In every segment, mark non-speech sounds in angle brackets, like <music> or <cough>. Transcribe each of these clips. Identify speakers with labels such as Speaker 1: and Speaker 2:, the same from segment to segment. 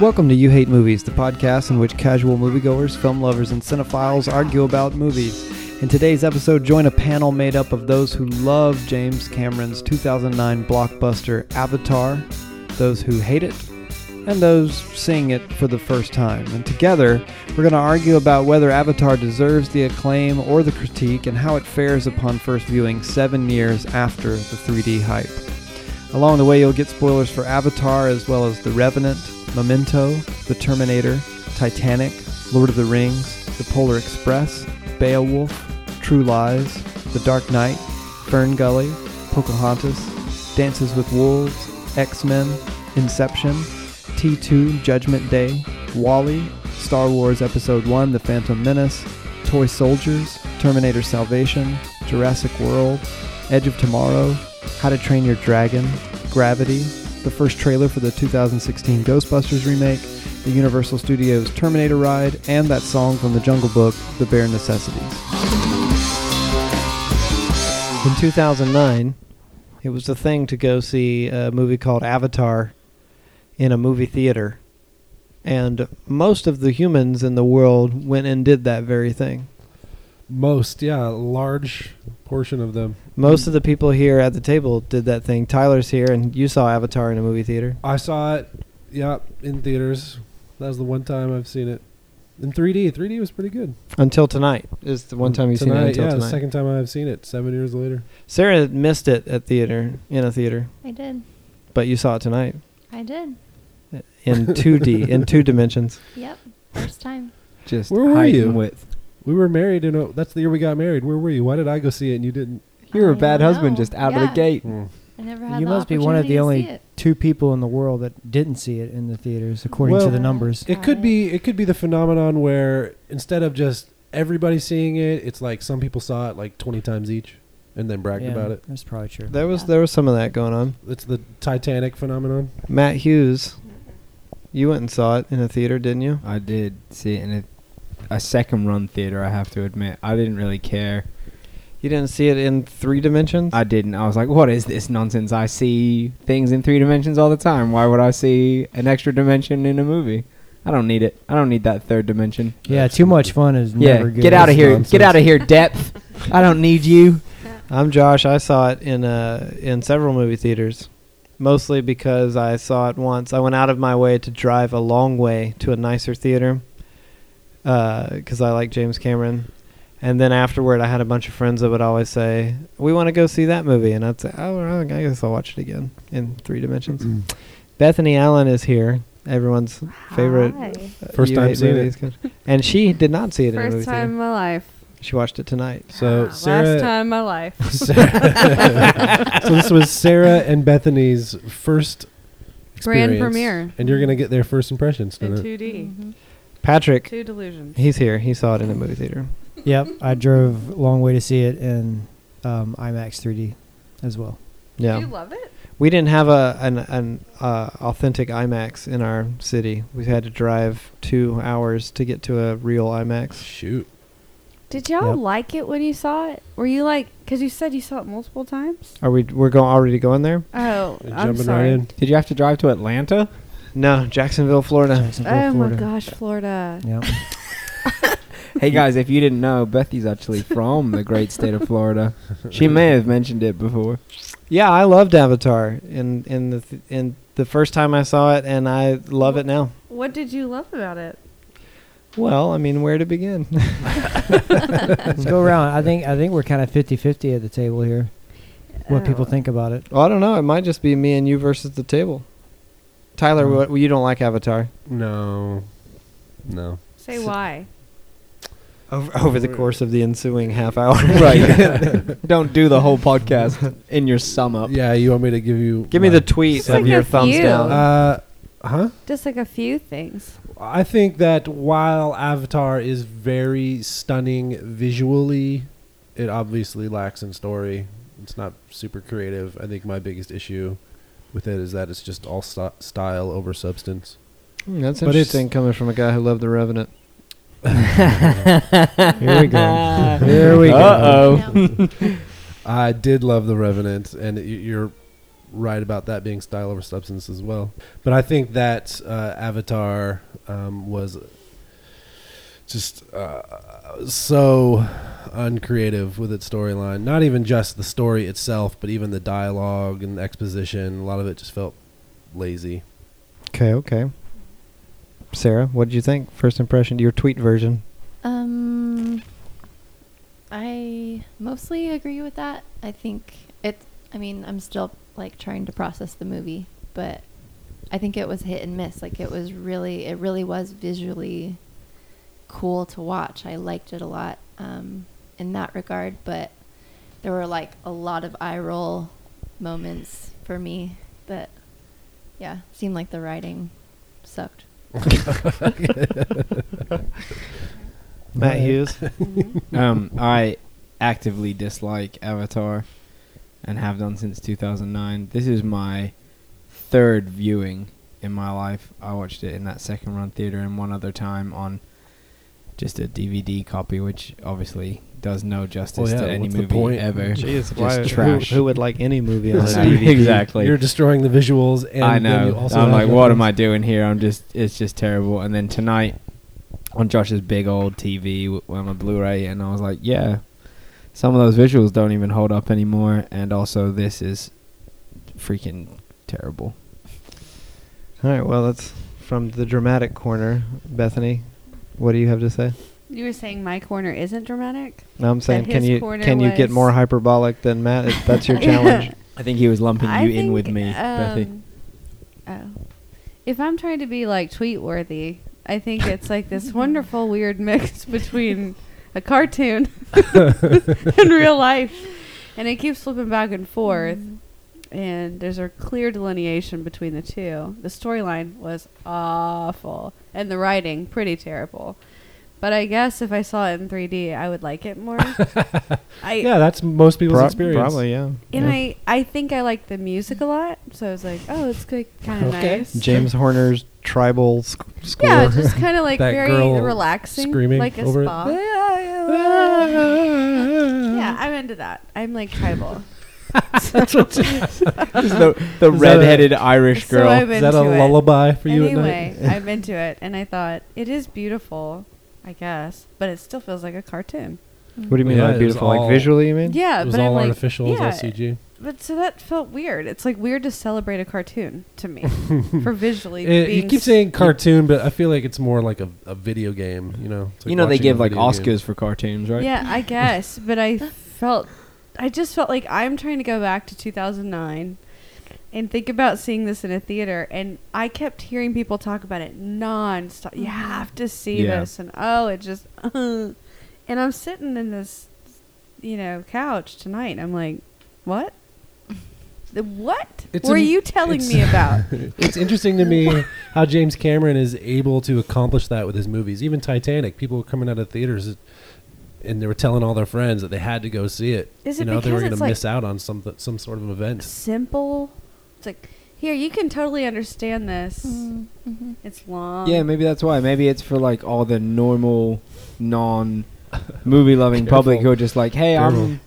Speaker 1: Welcome to You Hate Movies, the podcast in which casual moviegoers, film lovers, and cinephiles argue about movies. In today's episode, join a panel made up of those who love James Cameron's 2009 blockbuster Avatar, those who hate it, and those seeing it for the first time. And together, we're going to argue about whether Avatar deserves the acclaim or the critique and how it fares upon first viewing seven years after the 3D hype. Along the way, you'll get spoilers for Avatar as well as The Revenant, Memento, The Terminator, Titanic, Lord of the Rings, The Polar Express, Beowulf, True Lies, The Dark Knight, Fern Gully, Pocahontas, Dances with Wolves, X Men, Inception, T2 Judgment Day, Wally, Star Wars Episode 1 The Phantom Menace, Toy Soldiers, Terminator Salvation, Jurassic World, Edge of Tomorrow, How to Train Your Dragon, Gravity, the first trailer for the 2016 Ghostbusters remake, the Universal Studios Terminator ride, and that song from the Jungle Book, The Bare Necessities. In 2009, it was a thing to go see a movie called Avatar in a movie theater. And most of the humans in the world went and did that very thing.
Speaker 2: Most, yeah, a large portion of them.
Speaker 1: Most of the people here at the table did that thing. Tyler's here, and you saw Avatar in a movie theater.
Speaker 2: I saw it, yeah, in theaters. That was the one time I've seen it in 3D. 3D was pretty good.
Speaker 1: Until tonight is the one time you've seen it. Until
Speaker 2: yeah, the
Speaker 1: tonight.
Speaker 2: second time I've seen it, seven years later.
Speaker 1: Sarah missed it at theater in a theater,
Speaker 3: I did.
Speaker 1: but you saw it tonight
Speaker 3: I did.
Speaker 1: in 2D in two dimensions.
Speaker 3: Yep. First time.
Speaker 4: Just
Speaker 2: Where were
Speaker 4: height
Speaker 2: you?
Speaker 4: and width.
Speaker 2: We were married, and uh, that's the year we got married. Where were you? Why did I go see it and you didn't?
Speaker 4: You were a
Speaker 3: I
Speaker 4: bad husband
Speaker 3: know.
Speaker 4: just out of
Speaker 3: Yeah.
Speaker 4: the gate.
Speaker 3: I never had
Speaker 5: You
Speaker 3: the
Speaker 5: must be one of
Speaker 3: opportunity
Speaker 5: the only-
Speaker 3: to see it.
Speaker 5: two people in the world that didn't see it in the theaters, according
Speaker 2: Well-
Speaker 5: to the numbers.
Speaker 2: It could be. It could be the phenomenon where instead of just everybody seeing it, it's like some people saw it like 20 times each, and then bragged
Speaker 5: Yeah,
Speaker 2: about it.
Speaker 5: That's probably true.
Speaker 1: There was
Speaker 3: Yeah.
Speaker 1: there was some of that going on.
Speaker 2: It's the Titanic phenomenon.
Speaker 1: Matt Hughes, you went and saw it in a theater, didn't you?
Speaker 4: I did see it in a, a second run theater, I have to admit. I didn't really care.
Speaker 1: You didn't see it in three dimensions.
Speaker 4: I didn't. I was like, what is this nonsense? I see things in three dimensions all the time. Why would I see an extra dimension in a movie? I don't need it. I don't need that third dimension.
Speaker 5: yeah, too much fun is
Speaker 4: yeah,
Speaker 5: never good.
Speaker 4: get out of
Speaker 2: It's
Speaker 4: here.
Speaker 2: nonsense.
Speaker 4: Get out of here, depth. I don't need you.
Speaker 1: I'm Josh. I saw it in uh, in several movie theaters, mostly because I saw it once. I went out of my way to drive a long way to a nicer theater because I like James Cameron. And then afterward, I had a bunch of friends that would always say, "We want to go see that movie," and I'd say, "Oh, well, I guess I'll watch it again in three dimensions." Bethany Allen is here, everyone's favorite
Speaker 3: Hi.
Speaker 1: uh,
Speaker 2: First
Speaker 1: you
Speaker 2: time
Speaker 1: hate
Speaker 2: seeing
Speaker 1: movies coach. <laughs> and she did not see it in a movie
Speaker 6: First time in
Speaker 1: theater.
Speaker 6: my life.
Speaker 1: She watched it tonight.
Speaker 2: So
Speaker 6: Ah,
Speaker 2: Sarah,
Speaker 6: last time in my life.
Speaker 2: Sarah- <laughs> so this was Sarah and Bethany's first
Speaker 6: Grand
Speaker 2: experience,
Speaker 6: premiere.
Speaker 2: and you're gonna get their first impressions
Speaker 6: In
Speaker 5: Uh-huh.
Speaker 2: tonight.
Speaker 6: 2D.
Speaker 3: Mhm.
Speaker 1: Patrick,
Speaker 6: Two delusions.
Speaker 1: he's here. He saw it in a movie theater.
Speaker 5: <laughs> Yep, I drove a long way to see it in um, IMAX 3D as well.
Speaker 6: Do you
Speaker 1: Yeah,
Speaker 6: love it?
Speaker 1: we didn't have a an an uh, authentic IMAX in our city. We had to drive two hours to get to a real IMAX.
Speaker 2: Shoot,
Speaker 6: Did y'all
Speaker 5: Yep.
Speaker 6: like it when you saw it? Were you like, because you said you saw it multiple times?
Speaker 1: Are we? We're going already going there?
Speaker 6: Oh,
Speaker 2: They're
Speaker 6: I'm
Speaker 2: jumping
Speaker 6: sorry.
Speaker 2: right in.
Speaker 4: Did you have to drive to Atlanta?
Speaker 1: No, Jacksonville, Florida.
Speaker 5: Jacksonville,
Speaker 6: Oh my
Speaker 5: Florida.
Speaker 6: gosh, Florida. <laughs>
Speaker 5: Yep.
Speaker 4: Hey guys, if you didn't know, Bethy's actually from the great state of Florida. She may have mentioned it before.
Speaker 1: Yeah, I loved Avatar in in the th- in the first time I saw it, and I love it now.
Speaker 6: What did you love about it?
Speaker 1: Well, I mean, where to begin? <laughs>
Speaker 5: Let's go around. I think I think we're kind of 50-50 at the table here. What people
Speaker 6: Oh.
Speaker 5: think
Speaker 6: <laughs>
Speaker 5: about it.
Speaker 1: well, I don't know. It might just be me and you versus the table. Tyler,
Speaker 5: Hmm.
Speaker 1: what you don't like Avatar
Speaker 2: No, no.
Speaker 6: Say why.
Speaker 1: over, over the course of the ensuing half hour? <laughs>
Speaker 4: Right. <laughs> Don't do the whole podcast in your sum up.
Speaker 2: Yeah, you want me to give you?
Speaker 1: Oh. Give me
Speaker 2: my-
Speaker 1: the tweet
Speaker 6: It's like
Speaker 1: of your
Speaker 6: a
Speaker 1: thumbs
Speaker 6: few.
Speaker 1: down.
Speaker 6: <laughs>
Speaker 2: Uh, huh?
Speaker 6: Just like a few things.
Speaker 2: I think that while Avatar is very stunning visually, it obviously lacks in story. It's not super creative. I think my biggest issue with it is that it's just all st- style over substance.
Speaker 1: Hmm, that's
Speaker 2: But it's-
Speaker 1: interesting coming from a guy who loved The Revenant.
Speaker 5: Here we go. Here we go.
Speaker 4: <laughs> Uh-oh.
Speaker 3: No.
Speaker 2: I did love The Revenant, and y- you're right about that being style over substance as well. But I think that uh, Avatar um, was just uh, so uncreative with its storyline. Not even just the story itself, but even the dialogue and the exposition. A lot of it just felt
Speaker 4: <laughs>
Speaker 2: lazy.
Speaker 1: Okay, okay. Sarah, what did you think? First impression, your tweet version.
Speaker 3: Um, I mostly agree with that. I think it. I mean, I'm still like trying to process the movie, but I think it was hit and miss. Like it was really, it really was visually cool to watch. I liked it a lot um, in that regard, but there were like a lot of eye roll moments for me that, yeah, seemed like the writing sucked.
Speaker 1: Matt
Speaker 5: Right.
Speaker 1: Hughes.
Speaker 4: <laughs>
Speaker 2: <laughs>
Speaker 4: um, I actively dislike Avatar and have done since 2009. This is my third viewing in my life. I watched it in that second run theater and one other time on just a DVD copy, which obviously does no justice
Speaker 2: Well, yeah,
Speaker 4: to any
Speaker 2: what's the
Speaker 4: movie
Speaker 2: point?
Speaker 4: ever.
Speaker 1: Jeez,
Speaker 4: Just
Speaker 1: why,
Speaker 4: trash.
Speaker 1: Who, who would like any movie <laughs> on a
Speaker 4: Yeah,
Speaker 1: DVD?
Speaker 4: exactly.
Speaker 2: You're destroying the visuals, and
Speaker 4: I
Speaker 2: Then you
Speaker 4: know.
Speaker 2: also
Speaker 4: I'm
Speaker 2: have
Speaker 4: like,
Speaker 2: the-
Speaker 4: what am I doing here? I'm just, it's just terrible. And then tonight, on Josh's big old TV, w- on a Blu-ray, and I was like, yeah, some of those visuals don't even hold up anymore. And also, this is freaking terrible.
Speaker 1: All right, well, that's from the dramatic corner. Bethany, what do you have to say?
Speaker 6: You were saying my corner isn't dramatic?
Speaker 1: No, I'm saying,
Speaker 6: That
Speaker 1: can
Speaker 6: his
Speaker 1: you
Speaker 6: corner
Speaker 1: can you get
Speaker 6: was-
Speaker 1: more hyperbolic than Matt? If that's
Speaker 6: <laughs>
Speaker 1: your challenge.
Speaker 4: I think he was lumping
Speaker 6: I
Speaker 4: you in with
Speaker 6: think,
Speaker 4: me, Bethy.
Speaker 6: um, Oh. If I'm trying to be like tweet worthy, I think it's
Speaker 4: <laughs>
Speaker 6: like this wonderful weird mix <laughs> between a
Speaker 4: <laughs>
Speaker 6: cartoon and real life. And it keeps flipping back and forth.
Speaker 4: Mm-hmm.
Speaker 6: And there's a clear delineation between the two. The storyline was awful, and the writing pretty terrible. But I guess if I saw it in 3D, I would like
Speaker 4: <laughs>
Speaker 6: it more. I,
Speaker 2: Yeah, that's most people's
Speaker 1: Pro-
Speaker 2: experience.
Speaker 1: Probably, yeah. Yeah.
Speaker 6: and I, I think I like the music a lot, so I was like, oh, it's good, kind of
Speaker 2: Okay.
Speaker 6: nice.
Speaker 1: James Horner's tribal sc- score.
Speaker 6: yeah, just kind of
Speaker 2: <laughs>
Speaker 6: like
Speaker 2: That
Speaker 6: very
Speaker 2: girl
Speaker 6: relaxing,
Speaker 2: screaming
Speaker 6: like a
Speaker 2: over it.
Speaker 6: spa. yeah, I'm into that. I'm
Speaker 2: <laughs>
Speaker 6: like tribal.
Speaker 4: the the
Speaker 2: Is that a- <laughs>
Speaker 4: red-headed Irish
Speaker 6: So
Speaker 4: girl.
Speaker 6: I'm
Speaker 2: Is that a
Speaker 6: into it.
Speaker 2: lullaby for you
Speaker 6: anyway,
Speaker 2: <laughs> at night?
Speaker 6: I'm into it, and I thought it is beautiful, I guess, but it still feels like a cartoon.
Speaker 1: <laughs> what do you mean
Speaker 2: Yeah, it
Speaker 1: like
Speaker 2: was
Speaker 1: beautiful?
Speaker 2: all-
Speaker 1: Like visually, you mean?
Speaker 6: Yeah,
Speaker 2: it was
Speaker 6: but
Speaker 2: all
Speaker 6: I'm like,
Speaker 2: artificial.
Speaker 6: Yeah,
Speaker 2: It was all CG.
Speaker 6: but so that felt weird. It's like weird to celebrate a cartoon
Speaker 2: <laughs>
Speaker 6: to me for visually.
Speaker 2: It,
Speaker 6: being
Speaker 2: Eh, you keep
Speaker 6: s-
Speaker 2: saying cartoon, but I feel like it's more like a, a video game. You know, It's
Speaker 4: you know they
Speaker 2: watching
Speaker 4: give
Speaker 2: a
Speaker 4: like
Speaker 2: video
Speaker 4: Oscars
Speaker 2: game.
Speaker 4: for cartoons, right?
Speaker 6: Yeah, I guess, but I felt I just felt like I'm trying to go back to 2009 and think about seeing this in a theater and I kept hearing people talk about it non-stop. You have to see
Speaker 4: Yeah.
Speaker 6: this and oh, it just uh, and I'm sitting in this you know, couch tonight. and I'm like, "What? The what
Speaker 2: It's
Speaker 6: were
Speaker 2: an-
Speaker 6: you telling
Speaker 2: it's-
Speaker 6: me about?"
Speaker 2: it's interesting to
Speaker 4: <laughs>
Speaker 2: me how James Cameron is able to accomplish that with his movies. Even Titanic, people were coming out of theaters and they were telling all their friends that they had to go see it.
Speaker 6: Is
Speaker 2: you
Speaker 6: it
Speaker 2: know, they were
Speaker 6: because
Speaker 2: gonna
Speaker 6: it's, like,
Speaker 2: miss out on some some sort of event.
Speaker 6: Simple. It's like, "Here, you can totally understand this.
Speaker 3: Mm-hmm.
Speaker 6: It's long."
Speaker 4: Yeah, maybe that's why. Maybe it's for like all the normal, <laughs> non movie loving public who
Speaker 2: Careful.
Speaker 4: are just like, hey,
Speaker 2: Careful.
Speaker 4: I'm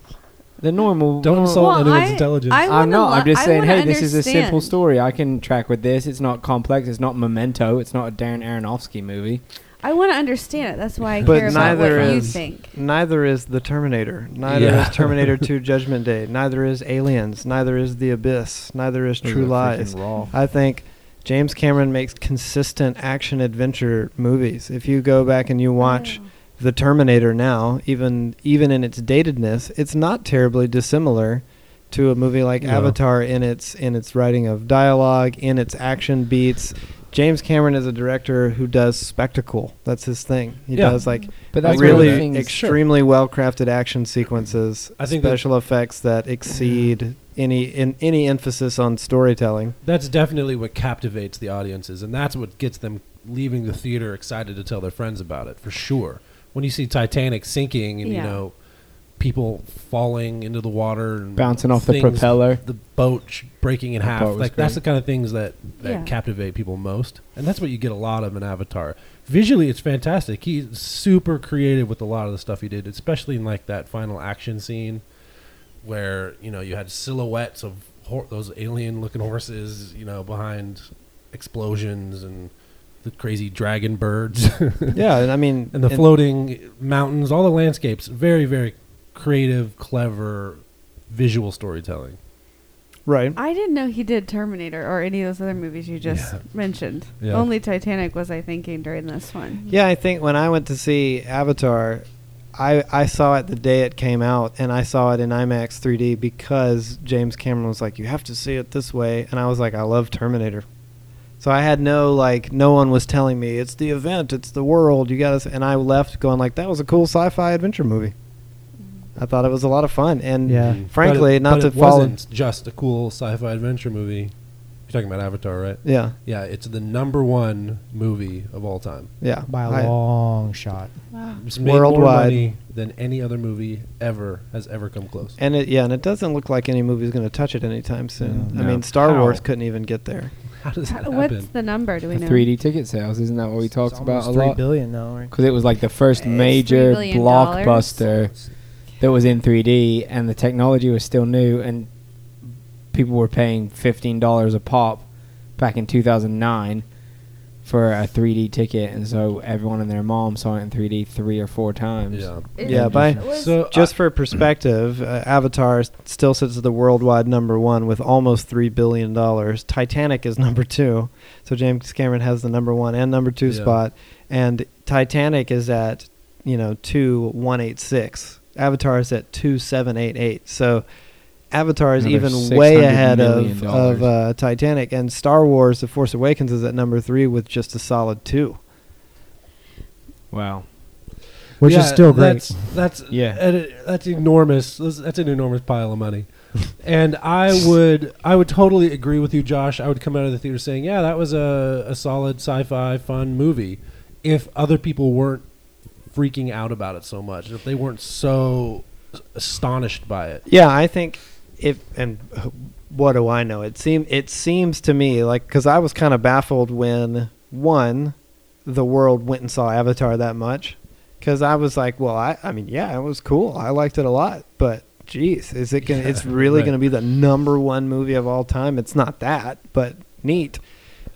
Speaker 4: the normal.
Speaker 2: Don't
Speaker 4: nor-
Speaker 2: insult
Speaker 6: Well,
Speaker 2: anyone's
Speaker 6: I-
Speaker 2: intelligence.
Speaker 6: I
Speaker 4: I'm
Speaker 6: wanna
Speaker 4: not.
Speaker 6: lo-
Speaker 4: I'm just
Speaker 6: I
Speaker 4: saying, hey,
Speaker 6: wanna
Speaker 4: this is a simple
Speaker 6: understand.
Speaker 4: story. I can track with this. It's not complex. It's not Memento. It's not a Darren Aronofsky movie.
Speaker 6: I want to understand it. That's why I
Speaker 1: But
Speaker 6: care about what
Speaker 1: neither
Speaker 6: you
Speaker 1: is-
Speaker 6: think.
Speaker 1: Neither is the Terminator. Neither
Speaker 2: Yeah.
Speaker 1: is
Speaker 2: <laughs>
Speaker 1: Terminator 2 Judgment Day. Neither is Aliens. Neither is The Abyss. Neither is True Lies. I think James Cameron makes consistent action adventure movies. If you go back and you watch
Speaker 6: Mm.
Speaker 1: the Terminator now, even even in its datedness, it's not terribly dissimilar to a movie like
Speaker 2: No.
Speaker 1: Avatar in its in its writing of dialogue, in its action beats. James Cameron is a director who does spectacle. That's his thing. He
Speaker 2: Yeah.
Speaker 1: does like
Speaker 4: But
Speaker 2: that's
Speaker 4: that's
Speaker 2: one of
Speaker 1: really
Speaker 2: the
Speaker 4: things.
Speaker 1: extremely well crafted action sequences,
Speaker 2: I think that-
Speaker 1: special effects that exceed any in, any emphasis on
Speaker 2: <laughs>
Speaker 1: storytelling.
Speaker 2: That's definitely what captivates the audiences, and that's what gets them leaving the theater excited to tell their friends about it for sure. When you see Titanic sinking, and you
Speaker 6: Yeah.
Speaker 2: know people falling into the water and
Speaker 4: Bouncing off the
Speaker 2: things-
Speaker 4: propeller.
Speaker 2: the boat sh- breaking in
Speaker 4: That part
Speaker 2: half,
Speaker 4: was
Speaker 2: like that's the
Speaker 4: great.
Speaker 2: kind of things that that
Speaker 6: Yeah.
Speaker 2: captivate people most, and that's what you get a lot of in Avatar. Visually, it's fantastic. He's super creative with a lot of the stuff he did, especially in like that final action scene where you know you had silhouettes of hor- those alien-looking horses, you know, behind explosions and the crazy dragon birds <laughs>
Speaker 7: yeah, and I mean,
Speaker 2: and the floating mountains, all the landscapes. Very, very creative, clever, visual storytelling.
Speaker 7: right?
Speaker 6: I didn't know he did Terminator or any of those other movies you just
Speaker 2: Yeah.
Speaker 6: mentioned.
Speaker 2: Yeah.
Speaker 6: Only Titanic was I thinking during this one.
Speaker 3: Mhm.
Speaker 1: Yeah, I think when I went to see Avatar, I I saw it the day it came out, and I saw it in IMAX 3D because James Cameron was like, "You have to see it this way," and I was like, "I love Terminator." So I had no like, no one was telling me it's the event, it's the world, you gotta. s-" And I left going like, "That was a cool sci-fi adventure movie." I thought it was a lot of fun, and
Speaker 5: Yeah.
Speaker 2: Mhm.
Speaker 1: Frankly,
Speaker 2: But it-
Speaker 1: not
Speaker 2: but
Speaker 1: to
Speaker 2: it
Speaker 1: fall in-
Speaker 2: wasn't just a cool sci-fi adventure movie. You're talking about Avatar, right?
Speaker 1: yeah,
Speaker 2: Yeah, it's the number one movie of all time.
Speaker 1: yeah,
Speaker 5: by a
Speaker 1: I-
Speaker 5: long shot.
Speaker 3: Wow.
Speaker 2: It's made more
Speaker 1: Worldwide.
Speaker 2: money than any other movie ever has ever come
Speaker 1: <laughs>
Speaker 2: close.
Speaker 1: And it, yeah, and it doesn't look like any movie's going to touch it anytime soon.
Speaker 4: No.
Speaker 1: I
Speaker 4: No.
Speaker 1: mean, Star
Speaker 2: How?
Speaker 1: Wars couldn't even get there.
Speaker 2: How does that
Speaker 6: What's
Speaker 2: happen?
Speaker 6: the number? Do we know?
Speaker 4: 3D ticket sales, isn't that what we talked about a lot?
Speaker 1: now, right?
Speaker 4: Because it was like the first
Speaker 6: It's
Speaker 4: major
Speaker 6: $3 billion.
Speaker 4: blockbuster that was in 3D, and the technology was still new, and people were paying $15 a pop back in 2009 for a 3D ticket, and so everyone and their mom saw it in 3D three or four times.
Speaker 2: Yeah.
Speaker 1: Yeah, by-
Speaker 2: So
Speaker 1: Just for perspective, uh, Avatar s- still sits at the worldwide number one with almost three billion dollars. Titanic is number two, so James Cameron has the number one and number two
Speaker 2: Yeah.
Speaker 1: spot, and Titanic is at you know two one eight six. Avatar is at two seven eight eight. So Avatar is
Speaker 4: Another
Speaker 1: even way
Speaker 4: $600
Speaker 1: ahead of
Speaker 4: million
Speaker 1: of uh, Titanic, and Star Wars: The Force Awakens is at number three with just a solid two.
Speaker 4: Wow.
Speaker 5: Which is
Speaker 2: Yeah,
Speaker 5: still great.
Speaker 2: That's that's
Speaker 4: Yeah.
Speaker 2: and it- that's enormous. That's that's an enormous pile of money. <laughs> and I would I would totally agree with you, Josh. I would come out of the theater saying, "Yeah, that was a a solid sci-fi fun movie." If other people weren't freaking out about it so much, if they weren't so astonished by it,
Speaker 1: Yeah, I think if and what do I know? It seem it seems to me like because I was kind of baffled when one, the world went and saw Avatar that much, because I was like, well, I I mean, yeah, it was cool. I liked it a lot, but geez, is it gonna? it's really
Speaker 2: right.
Speaker 1: gonna be the number one movie of all time? It's not that, but neat.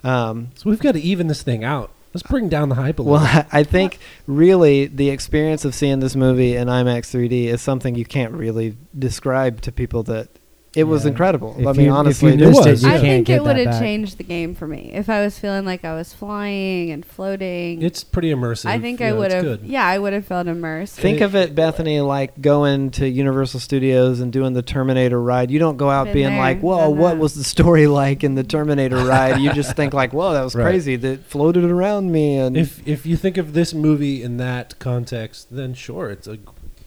Speaker 1: Um,
Speaker 2: so we've got to even this thing out. Let's bring down the hype a little.
Speaker 1: well, <laughs> I- I think really the experience of seeing this movie in IMAX 3D is something you can't really describe to people that it was
Speaker 5: Yeah.
Speaker 1: incredible.
Speaker 5: If
Speaker 1: I mean,
Speaker 5: you- if
Speaker 1: honestly,
Speaker 5: you
Speaker 1: this
Speaker 5: missed
Speaker 2: was.
Speaker 5: it, you
Speaker 6: I
Speaker 5: can't
Speaker 6: think
Speaker 5: get
Speaker 6: it would
Speaker 5: that
Speaker 6: have
Speaker 5: back.
Speaker 6: changed the game for me if I was feeling like I was flying and floating.
Speaker 2: it's pretty immersive.
Speaker 6: I think
Speaker 2: Yeah,
Speaker 6: I
Speaker 2: it's
Speaker 6: would have.
Speaker 2: good.
Speaker 6: Yeah, I would have felt immersed.
Speaker 1: Think of it, Bethany, like going to Universal Studios and doing the Terminator ride. You don't go out
Speaker 6: Been
Speaker 1: being
Speaker 6: there,
Speaker 1: like, "Whoa,
Speaker 6: done
Speaker 1: what
Speaker 6: that."
Speaker 1: was the story <laughs> like in the Terminator ride?" You just think like, "Whoa, that was
Speaker 2: Right.
Speaker 1: crazy. That floated around me." And
Speaker 2: if if you think of this movie in that context, then sure, it's a g-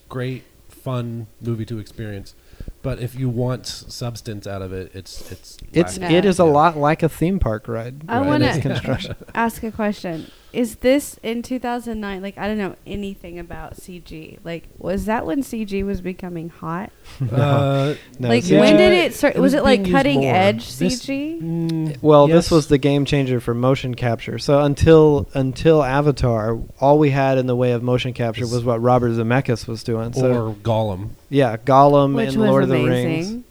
Speaker 2: great, fun movie to experience. But if you want s- substance out of it, it's it's
Speaker 1: it's
Speaker 6: Nah.
Speaker 2: lacking.
Speaker 1: it is a
Speaker 2: Yeah.
Speaker 1: lot like a theme park ride.
Speaker 6: I
Speaker 1: in
Speaker 6: wanna-
Speaker 1: its construction.
Speaker 6: <laughs> ask a question. Is this in 2009? Like, I don't know anything about CG. Like, was that when CG was becoming hot?
Speaker 1: <laughs>
Speaker 2: Uh,
Speaker 1: No,
Speaker 2: <laughs>
Speaker 6: like,
Speaker 1: it's-
Speaker 2: Yeah.
Speaker 6: when did it start?
Speaker 2: It
Speaker 6: was,
Speaker 2: was
Speaker 6: it like
Speaker 2: being used
Speaker 6: cutting
Speaker 2: more.
Speaker 6: edge
Speaker 2: This-
Speaker 6: CG?
Speaker 2: mm,
Speaker 1: Well,
Speaker 2: yes.
Speaker 1: this was the game changer for motion capture. So until until Avatar, all we had in the way of motion capture
Speaker 2: Yes.
Speaker 1: was what Robert Zemeckis was doing. So
Speaker 2: or Gollum.
Speaker 1: yeah, Gollum
Speaker 6: Which
Speaker 1: and
Speaker 6: was
Speaker 1: Oh, Lord of the Rings. <laughs>
Speaker 6: amazing.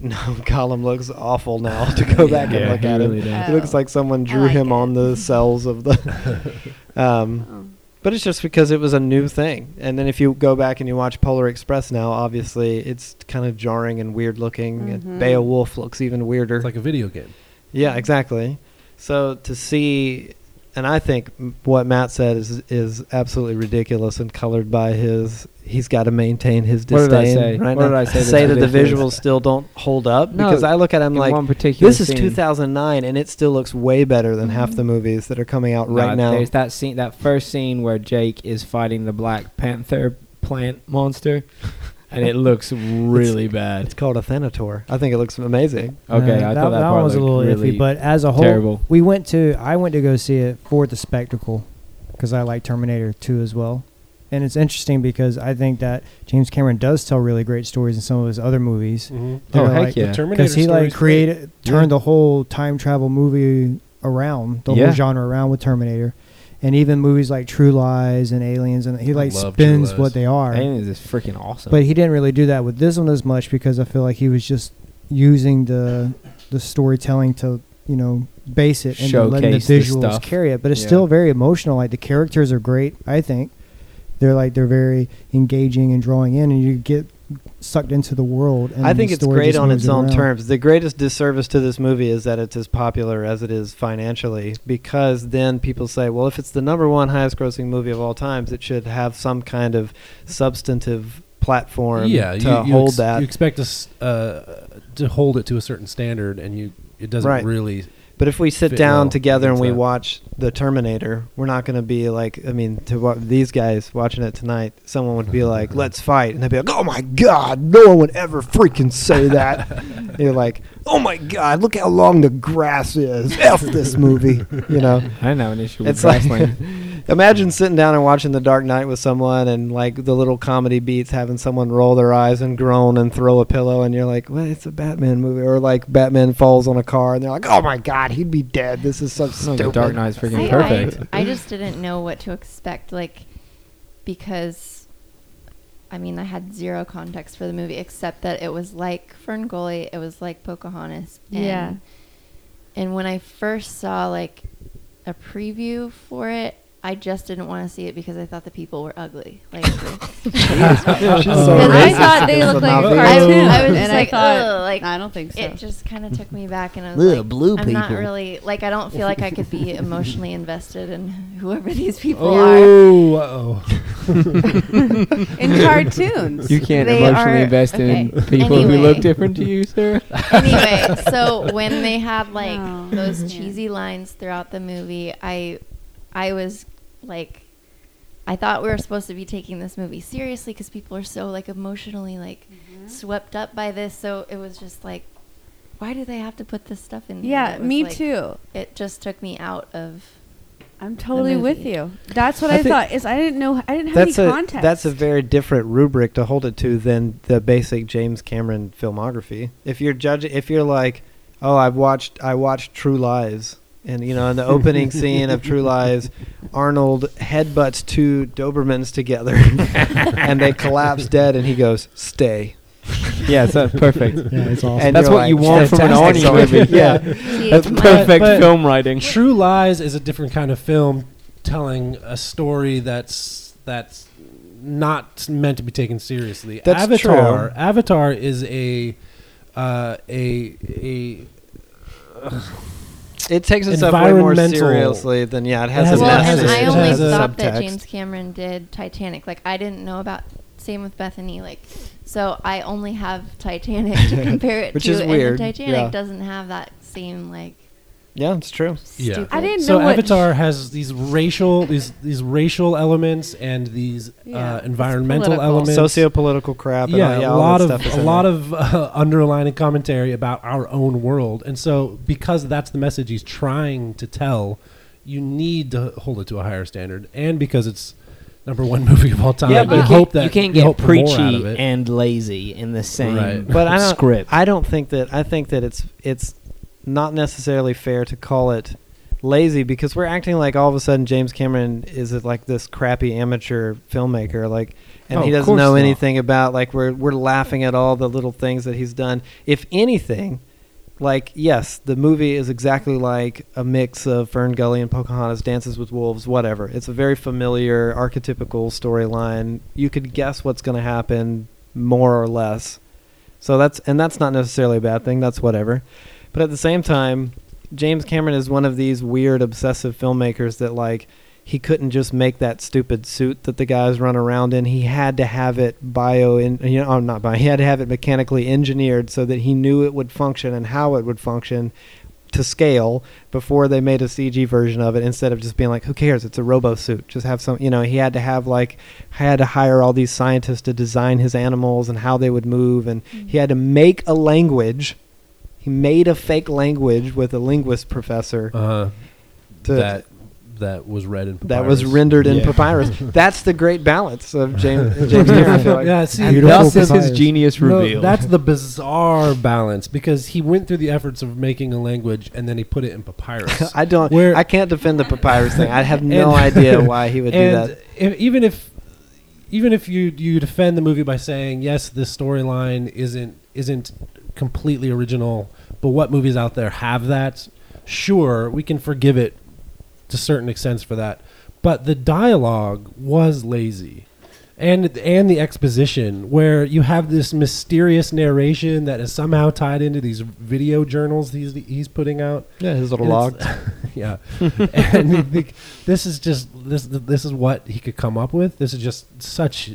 Speaker 1: No, Gollum looks awful now to
Speaker 2: <laughs>
Speaker 1: go back and
Speaker 4: Yeah,
Speaker 1: look
Speaker 4: he
Speaker 1: at
Speaker 4: really
Speaker 1: him.
Speaker 4: does.
Speaker 1: He looks
Speaker 6: Oh.
Speaker 1: like someone drew
Speaker 6: like
Speaker 1: him
Speaker 6: it.
Speaker 1: on the cells of the
Speaker 2: <laughs>
Speaker 1: um,
Speaker 6: Oh.
Speaker 1: but it's just because it was a new thing. And then if you go back and you watch Polar Express now, obviously it's kind of jarring and weird looking.
Speaker 6: Mhm.
Speaker 1: And Beowulf looks even weirder.
Speaker 2: It's like a video game.
Speaker 1: Yeah, exactly. So to see, and I think m- what Matt said is is absolutely ridiculous and colored by his. He's got to maintain his
Speaker 4: What
Speaker 1: disdain.
Speaker 4: did I say?
Speaker 1: Right
Speaker 4: What
Speaker 1: now.
Speaker 4: did I say that's
Speaker 1: Say that the visuals
Speaker 4: ridiculous?
Speaker 1: still don't hold up
Speaker 4: No,
Speaker 1: because I look at him
Speaker 4: In
Speaker 1: like
Speaker 4: one particular
Speaker 1: this is
Speaker 4: scene- Mm-hmm.
Speaker 1: 2009 and it still looks way better than half the movies that are coming out right now.
Speaker 4: No, There's that scene, that first scene where Jake is fighting the Black Panther plant monster, and
Speaker 1: <laughs>
Speaker 4: it looks really bad.
Speaker 1: It's called a Thanator. I think it looks amazing.
Speaker 4: Okay,
Speaker 5: Yeah,
Speaker 4: I thought that, part
Speaker 5: one was a
Speaker 4: looked
Speaker 5: little
Speaker 4: really
Speaker 5: iffy, but as a whole,
Speaker 4: terrible.
Speaker 5: we went to I went to go see it for the spectacle because I like Terminator 2 as well. And it's interesting because I think that James Cameron does tell really great stories in some of his other movies
Speaker 2: Mm-hmm.
Speaker 5: They
Speaker 4: oh
Speaker 5: were
Speaker 4: heck
Speaker 5: like-
Speaker 4: yeah!
Speaker 2: Terminator.
Speaker 5: because he
Speaker 2: story's
Speaker 5: like
Speaker 2: great.
Speaker 5: created turned the
Speaker 4: Yeah.
Speaker 5: whole time travel movie around, the
Speaker 4: Yeah.
Speaker 5: whole genre around with Terminator. And even movies like True Lies and Aliens and he like
Speaker 2: love True
Speaker 5: spins
Speaker 2: Lies.
Speaker 5: what they are.
Speaker 4: Aliens is freaking awesome.
Speaker 5: But he didn't really do that with this one as much because I feel like he was just using the the storytelling to you know base it and then letting the
Speaker 4: Showcase the
Speaker 5: visuals
Speaker 4: stuff.
Speaker 5: carry it. But it's
Speaker 4: Yeah.
Speaker 5: still very emotional. Like the characters are great. I think they're like they're very engaging and drawing in, and you get sucked into the world. And
Speaker 1: I
Speaker 5: the
Speaker 1: think it's
Speaker 5: story
Speaker 1: great
Speaker 5: just
Speaker 1: on
Speaker 5: moves
Speaker 1: its own
Speaker 5: around.
Speaker 1: terms. The greatest disservice to this movie is that it's as popular as it is financially because then people say, well, if it's the number one highest grossing movie of all times, it should have some kind of substantive platform
Speaker 2: yeah,
Speaker 1: to
Speaker 2: you, you
Speaker 1: hold
Speaker 2: ex-
Speaker 1: that.
Speaker 2: You expect us uh, to hold it to a certain standard, and you it doesn't
Speaker 1: Right.
Speaker 2: really.
Speaker 1: But if we sit
Speaker 2: fit
Speaker 1: down
Speaker 2: well
Speaker 1: together and
Speaker 2: against
Speaker 1: we
Speaker 2: that.
Speaker 1: watch The Terminator, we're not going to be like, I mean, to wa- these guys watching it tonight, someone would be
Speaker 2: <laughs>
Speaker 1: like, let's fight. And they'd be like, oh my God, no one would ever freaking say that.
Speaker 2: <laughs>
Speaker 1: You're like, oh my God, look how long the grass is. F this movie. You
Speaker 2: <laughs>
Speaker 1: know?
Speaker 4: I don't have an issue with
Speaker 1: It's like- <laughs>
Speaker 4: wrestling.
Speaker 1: Imagine sitting down and watching The Dark Knight with someone and like the little comedy beats having someone roll their eyes and groan and throw a pillow and you're like, well, it's a Batman movie. Or like Batman falls on a car and they're like, oh my God, he'd be dead. This is so
Speaker 4: Like
Speaker 1: stupid.
Speaker 4: the Dark Knight's freaking
Speaker 3: I,
Speaker 4: perfect.
Speaker 3: I, I just didn't know what to expect, like, because, I mean, I had zero context for the movie except that it was like Ferngully, it was like Pocahontas. And,
Speaker 6: Yeah.
Speaker 3: And when I first saw, like, a preview for it, I just didn't want to see it because I thought the people were ugly. Like,
Speaker 2: Oh,
Speaker 1: so
Speaker 6: And I
Speaker 1: racist
Speaker 6: thought they
Speaker 1: against
Speaker 6: looked
Speaker 1: the
Speaker 6: like a
Speaker 1: Navi.
Speaker 6: cartoon,
Speaker 3: I was
Speaker 6: and
Speaker 3: just
Speaker 6: I
Speaker 3: like,
Speaker 6: thought,
Speaker 3: "Ugh," like,
Speaker 6: I don't think so.
Speaker 3: it just kind of took me back, and I was
Speaker 8: Ugh,
Speaker 3: like,
Speaker 8: blue
Speaker 3: I'm not
Speaker 8: people."
Speaker 3: really like I don't feel like I could be emotionally invested in whoever these people are.
Speaker 2: Oh, uh-oh.
Speaker 6: <laughs>
Speaker 4: <laughs>
Speaker 6: in cartoons.
Speaker 4: You can't
Speaker 3: They
Speaker 4: emotionally
Speaker 3: are-
Speaker 4: invest in
Speaker 3: okay.
Speaker 4: people who
Speaker 3: Anyway.
Speaker 4: look different to you, sir.
Speaker 3: anyway, so when they had like
Speaker 6: No.
Speaker 3: those
Speaker 4: Mm-hmm.
Speaker 6: Yeah.
Speaker 3: cheesy lines throughout the movie, I I was like I thought we were supposed to be taking this movie seriously because people are so like emotionally like
Speaker 4: Mm-hmm.
Speaker 3: swept up by this. So it was just like, why do they have to put this stuff in? there?
Speaker 6: yeah,
Speaker 3: It was,
Speaker 6: me
Speaker 3: like,
Speaker 6: too.
Speaker 3: It just took me out of.
Speaker 6: I'm totally with
Speaker 3: movie.
Speaker 6: you. That's what
Speaker 1: I
Speaker 6: I,
Speaker 1: think-
Speaker 6: thought. Is I didn't know. I didn't have
Speaker 1: That's
Speaker 6: any
Speaker 1: a
Speaker 6: context.
Speaker 1: that's a very different rubric to hold it to than the basic James Cameron filmography. If you're judging, if you're like, oh, I've watched I watched True Lies, and you know,
Speaker 3: <laughs>
Speaker 1: in the opening scene of True Lies, Arnold headbutts two Dobermans
Speaker 3: <laughs>
Speaker 1: together, and they collapse dead, and he goes, "Stay."
Speaker 4: yeah, so perfect.
Speaker 5: Yeah, it's
Speaker 4: <laughs>
Speaker 5: awesome.
Speaker 1: And
Speaker 4: That's
Speaker 1: you're
Speaker 4: what you
Speaker 1: like,
Speaker 4: want from an
Speaker 1: "Fantastic."
Speaker 4: Arnie
Speaker 1: <laughs>
Speaker 4: movie.
Speaker 1: yeah,
Speaker 3: See,
Speaker 4: That's
Speaker 3: my-
Speaker 4: perfect
Speaker 2: but-
Speaker 4: film
Speaker 2: <laughs>
Speaker 4: writing.
Speaker 2: True Lies is a different kind of film, telling a story that's that's not meant to be taken seriously.
Speaker 1: That's
Speaker 2: Avatar.
Speaker 1: true.
Speaker 2: Avatar is a uh, a a
Speaker 1: it takes itself way more
Speaker 2: Environmental-
Speaker 1: seriously than yeah. It has,
Speaker 2: has
Speaker 1: a
Speaker 2: a-
Speaker 3: well,
Speaker 1: message.
Speaker 3: and I
Speaker 2: it
Speaker 3: only
Speaker 2: has a
Speaker 3: thought that
Speaker 1: subtext.
Speaker 3: James Cameron did Titanic. Like I didn't know about. Same with Bethany. Like so, I only have <laughs> Titanic
Speaker 1: <laughs>
Speaker 3: to compare it
Speaker 1: Which
Speaker 3: to,
Speaker 1: is
Speaker 3: and
Speaker 1: weird,
Speaker 3: Titanic
Speaker 1: yeah.
Speaker 3: doesn't have that same like.
Speaker 1: Yeah, it's true.
Speaker 2: Yeah.
Speaker 3: Stupid.
Speaker 6: I didn't
Speaker 2: so
Speaker 6: know what-
Speaker 2: Avatar has these racial these these racial elements and these
Speaker 6: Yeah,
Speaker 2: uh,
Speaker 6: it's
Speaker 2: environmental
Speaker 6: political.
Speaker 2: elements.
Speaker 1: Socio-political crap. And
Speaker 2: yeah,
Speaker 1: all, yeah,
Speaker 2: a
Speaker 1: all
Speaker 2: lot
Speaker 1: that
Speaker 2: of
Speaker 1: stuff is
Speaker 2: a
Speaker 1: in
Speaker 2: lot
Speaker 1: there.
Speaker 2: of uh, <laughs> underlining commentary about our own world, and so because that's the message he's trying to tell, you need to hold it to a higher standard, and because it's number one <laughs> movie of all time,
Speaker 8: yeah, but
Speaker 2: you
Speaker 8: you
Speaker 2: hope
Speaker 8: can't,
Speaker 2: that
Speaker 8: you can't
Speaker 2: you
Speaker 8: get
Speaker 2: hope for more out
Speaker 8: preachy
Speaker 2: of it.
Speaker 8: and lazy in the same
Speaker 2: Right.
Speaker 4: <laughs>
Speaker 1: but I don't,
Speaker 8: script.
Speaker 1: I don't think that I think that it's it's not necessarily fair to call it lazy because we're acting like all of a sudden James Cameron is it like this crappy amateur filmmaker like and
Speaker 4: Oh,
Speaker 1: he
Speaker 4: of
Speaker 1: doesn't
Speaker 4: course
Speaker 1: know
Speaker 4: not.
Speaker 1: anything about like we're we're laughing at all the little things that he's done if anything like yes the movie is exactly like a mix of Fern Gully and Pocahontas Dances with Wolves whatever it's a very familiar archetypical storyline you could guess what's going to happen more or less so that's and that's not necessarily a bad thing. That's whatever. But at the same time, James Cameron is one of these weird obsessive filmmakers that like he couldn't just make that stupid suit that the guys run around in. He had to have it bio in you know, oh, not bio. He had to have it mechanically engineered so that he knew it would function and how it would function to scale before they made a CG version of it instead of just being like who cares it's a robo suit just have some you know he had to have like had to hire all these scientists to design his animals and how they would move and he had to make a language he made a fake language with a linguist professor
Speaker 2: uh,
Speaker 1: to,
Speaker 2: that that was read in
Speaker 1: that was rendered in <laughs> papyrus that's the great balance <laughs> of James James Cameron I feel like.
Speaker 2: yeah, see,
Speaker 5: And Beautiful
Speaker 4: Thus is his
Speaker 5: papyrus.
Speaker 4: genius
Speaker 2: No,
Speaker 4: revealed.
Speaker 2: that's the bizarre balance because he went through the efforts of making a language and then he put it in papyrus. <laughs>
Speaker 1: I don't
Speaker 2: Where-
Speaker 1: I can't defend the papyrus thing I have <laughs> no
Speaker 2: <laughs>
Speaker 1: idea why he would do
Speaker 2: and
Speaker 1: that
Speaker 2: if- even if even if you you defend the movie by saying yes, this storyline isn't isn't completely original. But what movies out there have that? Sure, we can forgive it to certain extents for that. But the dialogue was lazy. And and the exposition where you have this mysterious narration that is somehow tied into these video journals he's he's putting out.
Speaker 1: Yeah, his little
Speaker 2: And
Speaker 1: log.
Speaker 2: it's- <laughs> yeah, and you think this is just this this is what he could come up with. This is just such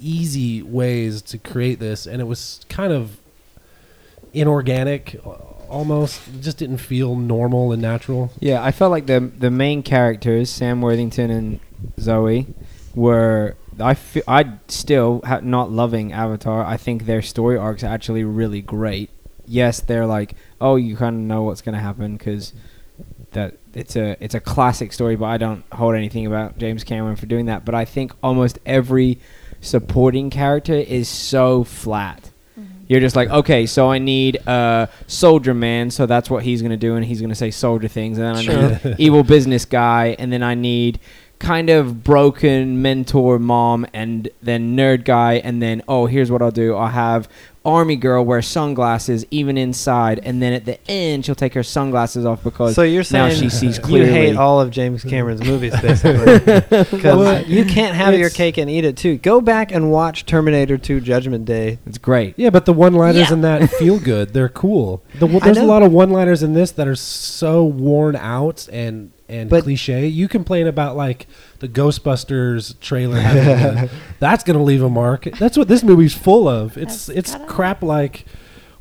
Speaker 2: easy ways to create this, and it was kind of inorganic, a- almost. It just didn't feel normal and natural.
Speaker 4: Yeah, I felt like the the main characters, Sam Worthington and Zoe, were I feel I still ha- not loving Avatar. I think their story arcs are actually really great. Yes, they're like, oh, you kind of know what's gonna happen because that it's a it's a classic story. But I don't hold anything about James Cameron for doing that. But I think almost every supporting character is so flat. You're just like, okay, so I need a soldier man, so that's what he's gonna do, and he's gonna say soldier things, and then I need an evil business guy, and then I need kind of broken mentor mom, and then nerd guy, and then oh, here's what I'll do: I'll have army girl wear sunglasses even inside, and then at the end she'll take her sunglasses off because
Speaker 1: So you're
Speaker 4: Oh, now
Speaker 1: saying
Speaker 4: she sees
Speaker 1: you
Speaker 4: clearly.
Speaker 1: hate all of James Cameron's movies, basically, because you can't have your
Speaker 2: it's-
Speaker 1: cake and eat it too. Go back and watch Terminator 2: Judgment Day.
Speaker 4: it's great.
Speaker 2: Yeah, but the one-liners in
Speaker 3: <laughs>
Speaker 2: that feel good. They're cool. The,
Speaker 1: I
Speaker 2: there's a
Speaker 1: know.
Speaker 2: lot of one-liners in this that are so worn out and and
Speaker 1: But-
Speaker 2: cliche. You complain about like the Ghostbusters trailer. <laughs> having a- That's gonna leave a mark. That's what this movie's full of. It's
Speaker 3: That's
Speaker 2: it's
Speaker 3: gotta-
Speaker 2: crap like.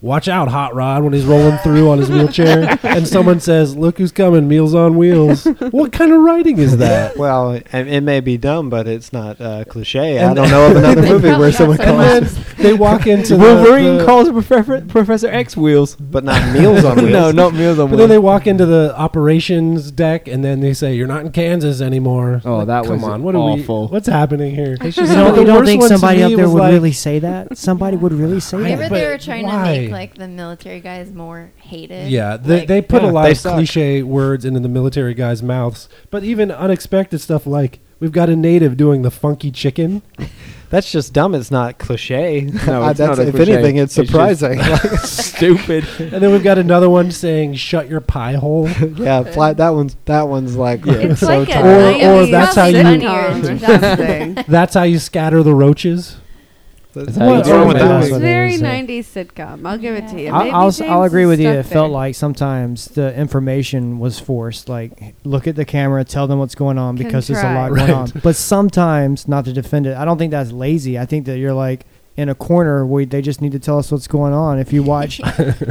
Speaker 2: Watch out, Hot Rod, when he's rolling through on his
Speaker 3: <laughs>
Speaker 2: wheelchair, and someone says, "Look who's coming! Meals on Wheels." What kind of writing is <laughs> that?
Speaker 1: Well, it, it may be dumb, but it's not uh, cliche. I don't know of another
Speaker 3: They
Speaker 1: movie
Speaker 3: probably
Speaker 1: where someone
Speaker 3: also
Speaker 1: calls,
Speaker 2: And then they walk <laughs> into
Speaker 1: <laughs>
Speaker 2: the-
Speaker 4: Wolverine
Speaker 2: the-
Speaker 4: calls Professor, Professor X wheels.
Speaker 1: but not Meals <laughs> on Wheels.
Speaker 4: no, not meals on
Speaker 2: But then
Speaker 4: wheels.
Speaker 2: they walk into the operations deck, and then they say, "You're not in Kansas anymore."
Speaker 4: Oh,
Speaker 2: Like,
Speaker 4: that
Speaker 2: come
Speaker 4: was
Speaker 2: on! What Are
Speaker 4: awful.
Speaker 2: we, what's happening here?
Speaker 5: You
Speaker 2: You know,
Speaker 5: don't,
Speaker 2: the
Speaker 5: you don't
Speaker 2: worst
Speaker 5: think
Speaker 2: one to
Speaker 5: somebody up
Speaker 2: me
Speaker 5: there
Speaker 2: was
Speaker 5: would
Speaker 2: like-
Speaker 5: really say that? Somebody would really say
Speaker 2: I-
Speaker 3: They were,
Speaker 5: that.
Speaker 2: but
Speaker 3: they were trying to make
Speaker 2: why?
Speaker 3: like the military guys more hated.
Speaker 2: Yeah, they,
Speaker 3: Like,
Speaker 2: they put
Speaker 4: <laughs>
Speaker 1: Yeah,
Speaker 2: a lot
Speaker 1: they
Speaker 2: of
Speaker 1: suck.
Speaker 2: cliche words into the military guys' mouths, but even unexpected stuff like we've got a native doing the funky chicken.
Speaker 1: That's just dumb. It's not cliche. <laughs>
Speaker 4: No, it's
Speaker 1: That's,
Speaker 4: not a
Speaker 1: if
Speaker 4: cliche.
Speaker 1: anything, it's
Speaker 4: It's just-
Speaker 1: surprising.
Speaker 4: <laughs> <laughs>
Speaker 1: <laughs>
Speaker 4: Stupid.
Speaker 2: and then we've got another one saying "shut your pie
Speaker 4: <laughs>
Speaker 2: hole."
Speaker 1: yeah, fly, that one's that one's like <laughs>
Speaker 6: It's
Speaker 1: so
Speaker 6: like a
Speaker 1: tired.
Speaker 2: Or- or
Speaker 6: Miami
Speaker 2: that's how you-
Speaker 6: sitcom or something.
Speaker 2: That's how you scatter the roaches.
Speaker 1: That's-
Speaker 4: That's how you
Speaker 1: What's
Speaker 4: do
Speaker 1: wrong
Speaker 4: it.
Speaker 1: with
Speaker 5: That's
Speaker 1: that?
Speaker 5: what
Speaker 6: It's
Speaker 5: they
Speaker 6: very
Speaker 5: would say.
Speaker 6: 90s sitcom. I'll give it to you.
Speaker 3: Yeah.
Speaker 5: I'll,
Speaker 6: Maybe
Speaker 5: I'll, s-
Speaker 6: James
Speaker 5: I'll
Speaker 6: is
Speaker 5: agree with you.
Speaker 6: stuck
Speaker 5: It felt
Speaker 6: there.
Speaker 5: like sometimes the information was forced. Like, look at the camera, tell them what's going on because there's a lot
Speaker 6: Contrived.
Speaker 5: going on. But sometimes, not to defend it, I don't think that's lazy. I think that you're like in a corner where they just need to tell us what's going on. If
Speaker 1: <laughs>
Speaker 5: you watch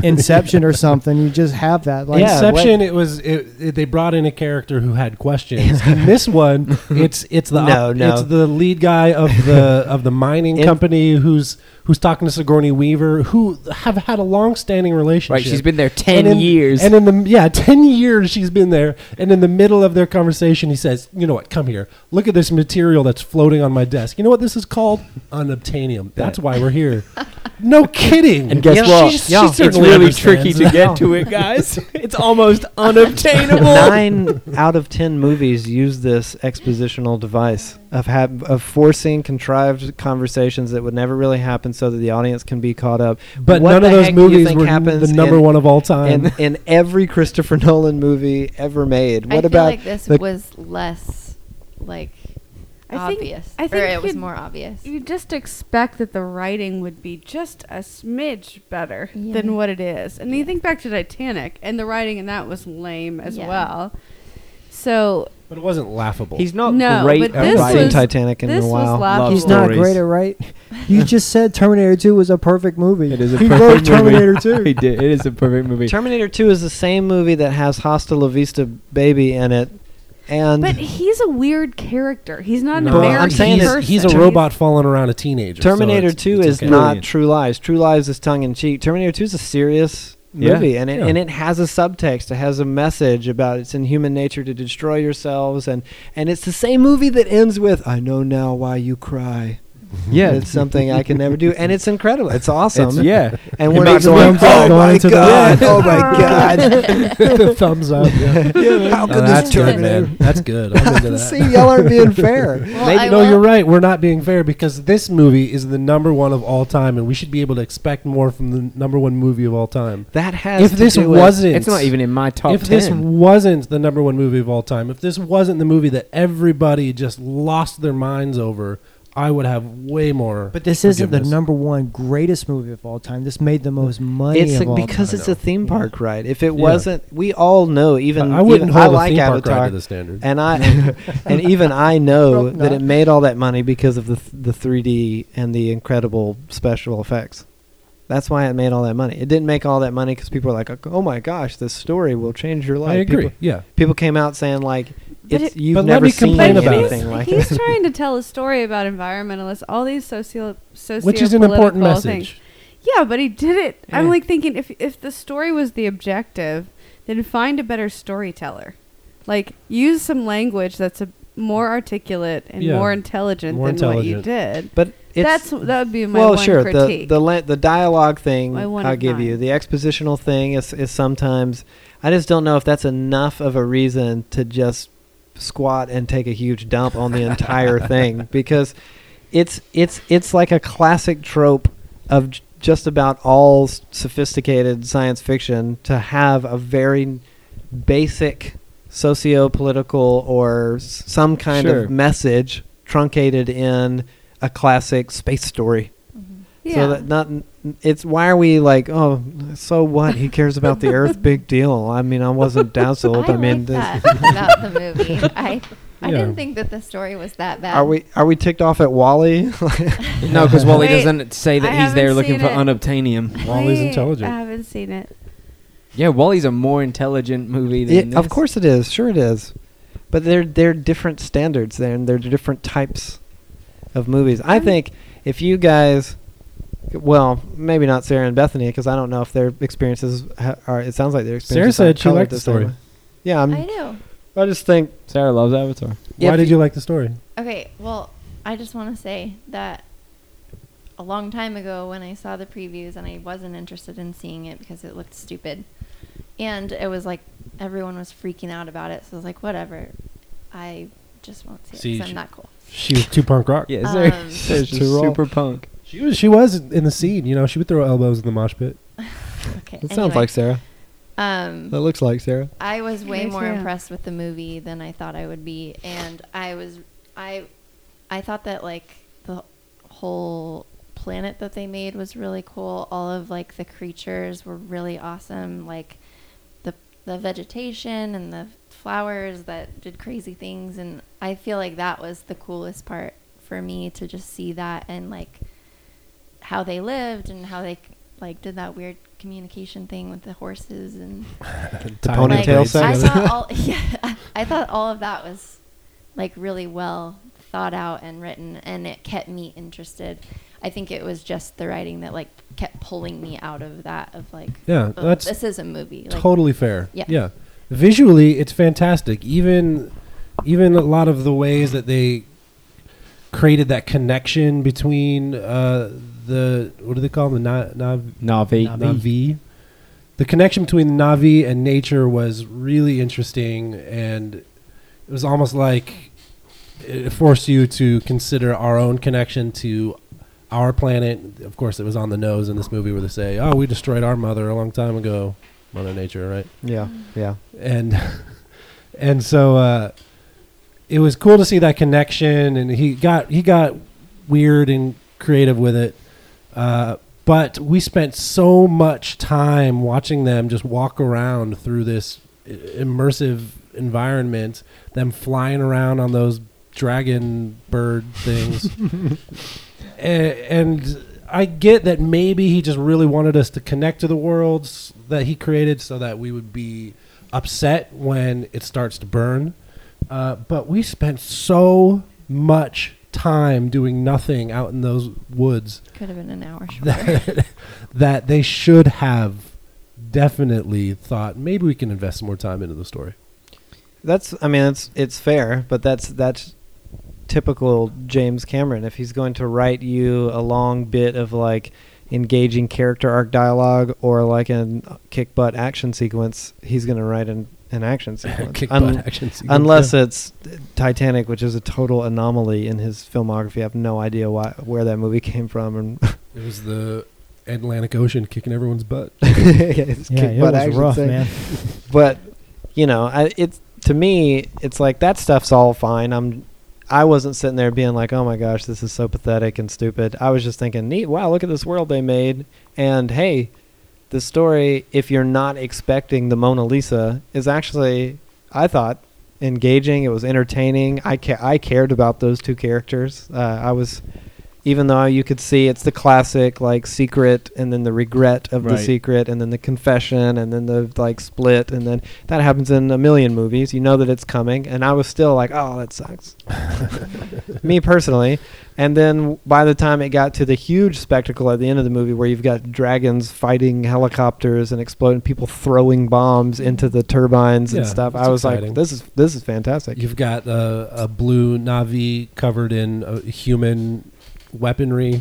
Speaker 5: Inception or something, you just have that. Like,
Speaker 1: Yeah,
Speaker 2: Inception, it was it, it- they brought in a character who had questions.
Speaker 4: <laughs>
Speaker 2: in this one, it's it's the
Speaker 1: No,
Speaker 2: op-
Speaker 1: no.
Speaker 2: it's the lead guy of
Speaker 4: <laughs>
Speaker 2: the of the mining
Speaker 1: In-
Speaker 2: company who's who's talking to Sigourney Weaver, who have had a long standing relationship.
Speaker 4: Right, she's been there ten
Speaker 2: and in,
Speaker 4: years.
Speaker 2: and in the yeah, <laughs> ten years she's been there. And in the middle of their conversation, he says, "You know what? Come here. Look at this material that's floating on my desk. You know what this is called? Unobtainium. That's why we're
Speaker 4: <laughs>
Speaker 2: here." No kidding.
Speaker 4: And guess what?
Speaker 2: She's,
Speaker 1: Yeah.
Speaker 2: she
Speaker 1: It's
Speaker 4: it's
Speaker 2: certainly
Speaker 4: really
Speaker 2: understands.
Speaker 4: tricky to get to it, guys. <laughs>
Speaker 2: <laughs>
Speaker 4: it's almost unobtainable.
Speaker 1: Nine out of ten movies use this expositional device of ha- of forcing contrived conversations that would never really happen, so that the audience can be caught up.
Speaker 2: But
Speaker 1: What
Speaker 2: none of
Speaker 1: the
Speaker 2: those
Speaker 1: heck do you
Speaker 2: movies
Speaker 1: think
Speaker 2: were
Speaker 1: happens
Speaker 2: the number
Speaker 1: in-
Speaker 2: one of
Speaker 1: <laughs>
Speaker 2: all time.
Speaker 1: In in every Christopher Nolan movie ever made,
Speaker 3: I
Speaker 1: what
Speaker 3: feel
Speaker 1: about
Speaker 3: like this
Speaker 1: the-
Speaker 3: was less like
Speaker 6: I think-
Speaker 3: obvious.
Speaker 6: I think
Speaker 3: or it was
Speaker 6: you'd-
Speaker 3: more obvious.
Speaker 6: You just expect that the writing would be just a smidge better
Speaker 3: Yeah.
Speaker 6: than what it is. And you think back to Titanic, and the writing in that was lame as
Speaker 3: Yeah.
Speaker 6: well. So
Speaker 2: But it wasn't laughable.
Speaker 4: He's not
Speaker 6: No,
Speaker 4: great
Speaker 6: but
Speaker 4: at
Speaker 6: this
Speaker 1: I've seen
Speaker 4: writing.
Speaker 6: was-
Speaker 1: Titanic in
Speaker 6: this
Speaker 1: a
Speaker 6: was
Speaker 1: while?
Speaker 6: laughable.
Speaker 4: Love
Speaker 5: He's
Speaker 4: story.
Speaker 5: not
Speaker 4: stories.
Speaker 5: great at right.
Speaker 1: <laughs>
Speaker 5: You just said Terminator 2 was a perfect movie.
Speaker 4: It is a
Speaker 5: he
Speaker 4: perfect
Speaker 5: wrote Terminator
Speaker 4: <laughs> movie.
Speaker 5: 2.
Speaker 4: He did. It is a perfect movie.
Speaker 1: Terminator 2 is the same movie that has Hasta La Vista Baby in it, and
Speaker 6: But he's a weird character. He's not an
Speaker 1: No, I'm
Speaker 6: American
Speaker 1: saying
Speaker 2: he's,
Speaker 1: is
Speaker 6: person.
Speaker 2: he's a robot falling around a teenager. so
Speaker 1: Terminator
Speaker 2: it's-
Speaker 1: 2
Speaker 2: it's
Speaker 1: is
Speaker 2: okay.
Speaker 1: not
Speaker 4: Brilliant.
Speaker 1: True Lies. True Lies is tongue in cheek. Terminator 2 is a serious
Speaker 4: Yeah.
Speaker 1: movie, and it
Speaker 2: Yeah.
Speaker 1: and it has a subtext. It has a message about it's in human nature to destroy yourselves, and and it's the same movie that ends with "I know now why you cry."
Speaker 4: Yeah.
Speaker 1: it's something I can never do, and it's incredible. It's awesome.
Speaker 4: It's- yeah.
Speaker 1: and
Speaker 4: It
Speaker 1: we're not
Speaker 4: makes
Speaker 1: going.
Speaker 5: thumbs up,
Speaker 1: Oh
Speaker 5: going
Speaker 1: my
Speaker 5: to the
Speaker 1: god!
Speaker 5: eye."
Speaker 1: Oh my
Speaker 2: <laughs>
Speaker 1: god! <laughs>
Speaker 5: thumbs up.
Speaker 1: How
Speaker 2: Oh,
Speaker 1: could this
Speaker 2: that's good,
Speaker 1: Terminator?
Speaker 2: man. That's good. I'm into
Speaker 1: <laughs>
Speaker 2: that.
Speaker 1: See, y'all aren't being fair.
Speaker 3: Well,
Speaker 2: Maybe,
Speaker 3: I
Speaker 2: no,
Speaker 3: will-
Speaker 2: you're right. We're not being fair because this movie is the number one of all time, and we should be able to expect more from the number one movie of all time.
Speaker 1: That has.
Speaker 2: If
Speaker 1: to
Speaker 2: this
Speaker 1: do with-
Speaker 2: wasn't,
Speaker 4: It's not even in my top
Speaker 2: if
Speaker 4: 10.
Speaker 2: this wasn't the number one movie of all time, if this wasn't the movie that everybody just lost their minds over, I would have way more.
Speaker 5: But this isn't the
Speaker 2: forgiveness.
Speaker 5: number one greatest movie of all time. This made the most money
Speaker 1: It's
Speaker 5: of all
Speaker 1: a, because
Speaker 5: time.
Speaker 1: it's a theme park ride. If it
Speaker 2: Yeah.
Speaker 1: wasn't, we all know. Even
Speaker 2: I I wouldn't
Speaker 1: even, I
Speaker 2: hold a
Speaker 1: like
Speaker 2: theme park
Speaker 1: Avatar,
Speaker 2: ride to the standard.
Speaker 1: and
Speaker 2: <laughs>
Speaker 1: I and even I know
Speaker 5: Nope,
Speaker 1: that
Speaker 5: not.
Speaker 1: it made all that money because of the th- the 3D and the incredible special effects. That's why it made all that money. It didn't make all that money because people were like, "Oh my gosh, this story will change your life."
Speaker 2: I agree.
Speaker 1: People,
Speaker 2: yeah,
Speaker 1: people came out saying like,
Speaker 6: But
Speaker 1: "It's
Speaker 6: it-
Speaker 1: you've
Speaker 2: But let
Speaker 1: never
Speaker 2: me
Speaker 1: seen
Speaker 2: complain about it.
Speaker 1: anything like."
Speaker 6: he's
Speaker 1: <laughs>
Speaker 6: <laughs> trying to tell a story about environmentalists, all these socio socio
Speaker 2: which is an important message.
Speaker 6: Yeah, but he did it. I'm
Speaker 1: Yeah.
Speaker 6: like thinking if if the story was the objective, then find a better storyteller. Like use some language that's a more articulate and
Speaker 2: Yeah.
Speaker 6: more intelligent
Speaker 2: More
Speaker 6: than
Speaker 2: intelligent.
Speaker 6: what you did.
Speaker 1: But it's
Speaker 6: that's that would be my
Speaker 1: well,
Speaker 6: one
Speaker 1: sure.
Speaker 6: critique.
Speaker 1: The the la- the dialogue thing
Speaker 6: My one
Speaker 1: I'll
Speaker 6: of
Speaker 1: give you.
Speaker 6: nine.
Speaker 1: The expositional thing is is sometimes I just don't know if that's enough of a reason to just squat and take a huge dump on the entire thing because it's it's it's like a classic trope of j- just about all s- sophisticated science fiction to have a very basic socio-political or s- some kind
Speaker 4: Sure.
Speaker 1: of message truncated in a classic space story
Speaker 3: Mm-hmm.
Speaker 6: yeah.
Speaker 1: so that not it's why are we like oh so what he cares about the earth big deal I mean I wasn't
Speaker 3: <laughs>
Speaker 1: dazzled I,
Speaker 3: I
Speaker 1: mean
Speaker 3: like
Speaker 1: this, <laughs>
Speaker 3: that about the movie. I I
Speaker 2: Yeah.
Speaker 3: didn't think that the story was that
Speaker 1: <laughs>
Speaker 3: bad.
Speaker 1: are we are we ticked off at Wally
Speaker 4: no, because Wally
Speaker 6: Wait,
Speaker 4: doesn't say that
Speaker 6: I
Speaker 4: he's there
Speaker 6: haven't
Speaker 4: looking
Speaker 6: seen
Speaker 4: for
Speaker 6: it.
Speaker 4: unobtainium.
Speaker 2: Wally's
Speaker 6: Wait,
Speaker 2: intelligent.
Speaker 6: I haven't seen it.
Speaker 4: Yeah, Wally's a more
Speaker 1: <laughs>
Speaker 4: intelligent movie than
Speaker 1: Yeah, of
Speaker 4: this.
Speaker 1: course it is sure it is but they're they're different standards there and they're different types of movies I
Speaker 6: I'm-
Speaker 1: think if you guys well maybe not Sarah and Bethany because I don't know if their experiences ha- are it sounds like their experiences
Speaker 2: said
Speaker 1: aren't
Speaker 2: she
Speaker 1: colored
Speaker 2: liked the
Speaker 1: same
Speaker 2: story.
Speaker 1: way. yeah
Speaker 3: I
Speaker 1: I'm, I,
Speaker 3: know.
Speaker 1: just think
Speaker 4: Sarah loves Avatar.
Speaker 2: Why
Speaker 1: if
Speaker 2: did you like the story?
Speaker 3: Okay, well, I just want to say that a long time ago when I saw the previews and I wasn't interested in seeing it because it looked stupid. And it was like everyone was freaking out about it, so I was like, whatever. I just won't see it
Speaker 2: See,
Speaker 3: because
Speaker 2: she-
Speaker 3: I'm not cool. <laughs>
Speaker 2: She was too punk rock.
Speaker 4: Yeah,
Speaker 1: <laughs>
Speaker 3: Sarah-
Speaker 4: Sarah,
Speaker 3: Um,
Speaker 1: Sarah's just
Speaker 4: super punk.
Speaker 2: She was. She was in the scene. You know, she would throw elbows in the mosh pit.
Speaker 3: Okay.
Speaker 1: it sounds like Sarah
Speaker 3: um
Speaker 1: that looks like Sarah
Speaker 3: I was way
Speaker 6: Me
Speaker 3: more
Speaker 6: too.
Speaker 3: impressed with the movie than I thought I would be, and I was, I, I thought that like the whole planet that they made was really cool. All of like the creatures were really awesome. Like the the vegetation and the flowers that did crazy things, and I feel like that was the coolest part for me to just see that and like how they lived and how they like did that weird communication thing with the horses and
Speaker 2: The
Speaker 1: ponytail
Speaker 3: like,
Speaker 1: sex.
Speaker 3: I
Speaker 2: <laughs>
Speaker 3: thought all <laughs> yeah, I thought all of that was like really well thought out and written, and it kept me interested. I think it was just the writing that like kept pulling me out of that of like
Speaker 2: Yeah,
Speaker 3: oh,
Speaker 2: that's
Speaker 3: this is a movie. Like,
Speaker 2: totally fair.
Speaker 3: Yeah.
Speaker 2: Yeah. Visually, it's fantastic. Even, even a lot of the ways that they created that connection between uh, the what do they call them? The Na- Nav-
Speaker 4: Navi.
Speaker 2: Navi. The connection between the Navi and nature was really interesting, and it was almost like it forced you to consider our own connection to our planet. Of course, it was on the nose in this movie where they say, "Oh, we destroyed our mother a long time ago, Mother Nature," right?
Speaker 1: yeah
Speaker 3: mm,
Speaker 1: yeah
Speaker 2: and <laughs> and so uh, it was cool to see that connection, and he got he got weird and creative with it. Uh, but we spent so much time watching them just walk around through this i- immersive environment, them flying around on those dragon bird things, A- and. I get that maybe he just really wanted us to connect to the worlds that he created so that we would be upset when it starts to burn. Uh, but we spent so much time doing nothing out in those woods
Speaker 3: could have been an hour shorter.
Speaker 2: that, <laughs> that they should have definitely thought maybe we can invest some more time into the story.
Speaker 1: That's I mean it's it's fair, but that's that's typical James Cameron. If he's going to write you a long bit of like engaging character arc dialogue or like an kick butt action sequence, he's going to write an, an
Speaker 5: <laughs>
Speaker 1: action sequence.
Speaker 2: <laughs> Kick
Speaker 1: Un-
Speaker 2: butt action sequence.
Speaker 1: unless it's Titanic, which is a total anomaly in his filmography. I have no idea why where that movie <laughs> came from
Speaker 5: <laughs>
Speaker 1: and
Speaker 2: it was the Atlantic Ocean kicking
Speaker 1: <laughs>
Speaker 2: everyone's butt.
Speaker 1: it's
Speaker 5: Yeah,
Speaker 1: kick
Speaker 5: it
Speaker 1: butt
Speaker 5: was
Speaker 1: action
Speaker 5: rough,
Speaker 1: thing.
Speaker 5: man.
Speaker 1: But you know, I, it's to me, it's like that stuff's all fine. I'm, I wasn't sitting there being like, oh my gosh, this is so pathetic and stupid. I was just thinking, neat, wow, look at this world they made, and hey, the story, if you're not expecting the Mona Lisa, is actually, I thought, engaging. It was entertaining. I ca- I cared about those two characters. Uh, I was. Even though you could see it's the classic like secret and then the regret of the
Speaker 4: Right.
Speaker 1: secret and then the confession and then the like split and then that happens in a million movies. You know that it's coming and I was still like, "Oh, that sucks." Me personally. And then by the time it got to the huge spectacle at the end of the movie where you've got dragons fighting helicopters and exploding people throwing bombs into the turbines and
Speaker 2: Yeah,
Speaker 1: stuff,
Speaker 2: that's
Speaker 1: I was
Speaker 2: exciting.
Speaker 1: like, "This is this is fantastic."
Speaker 2: You've got uh, a blue Navi covered in uh, human weaponry.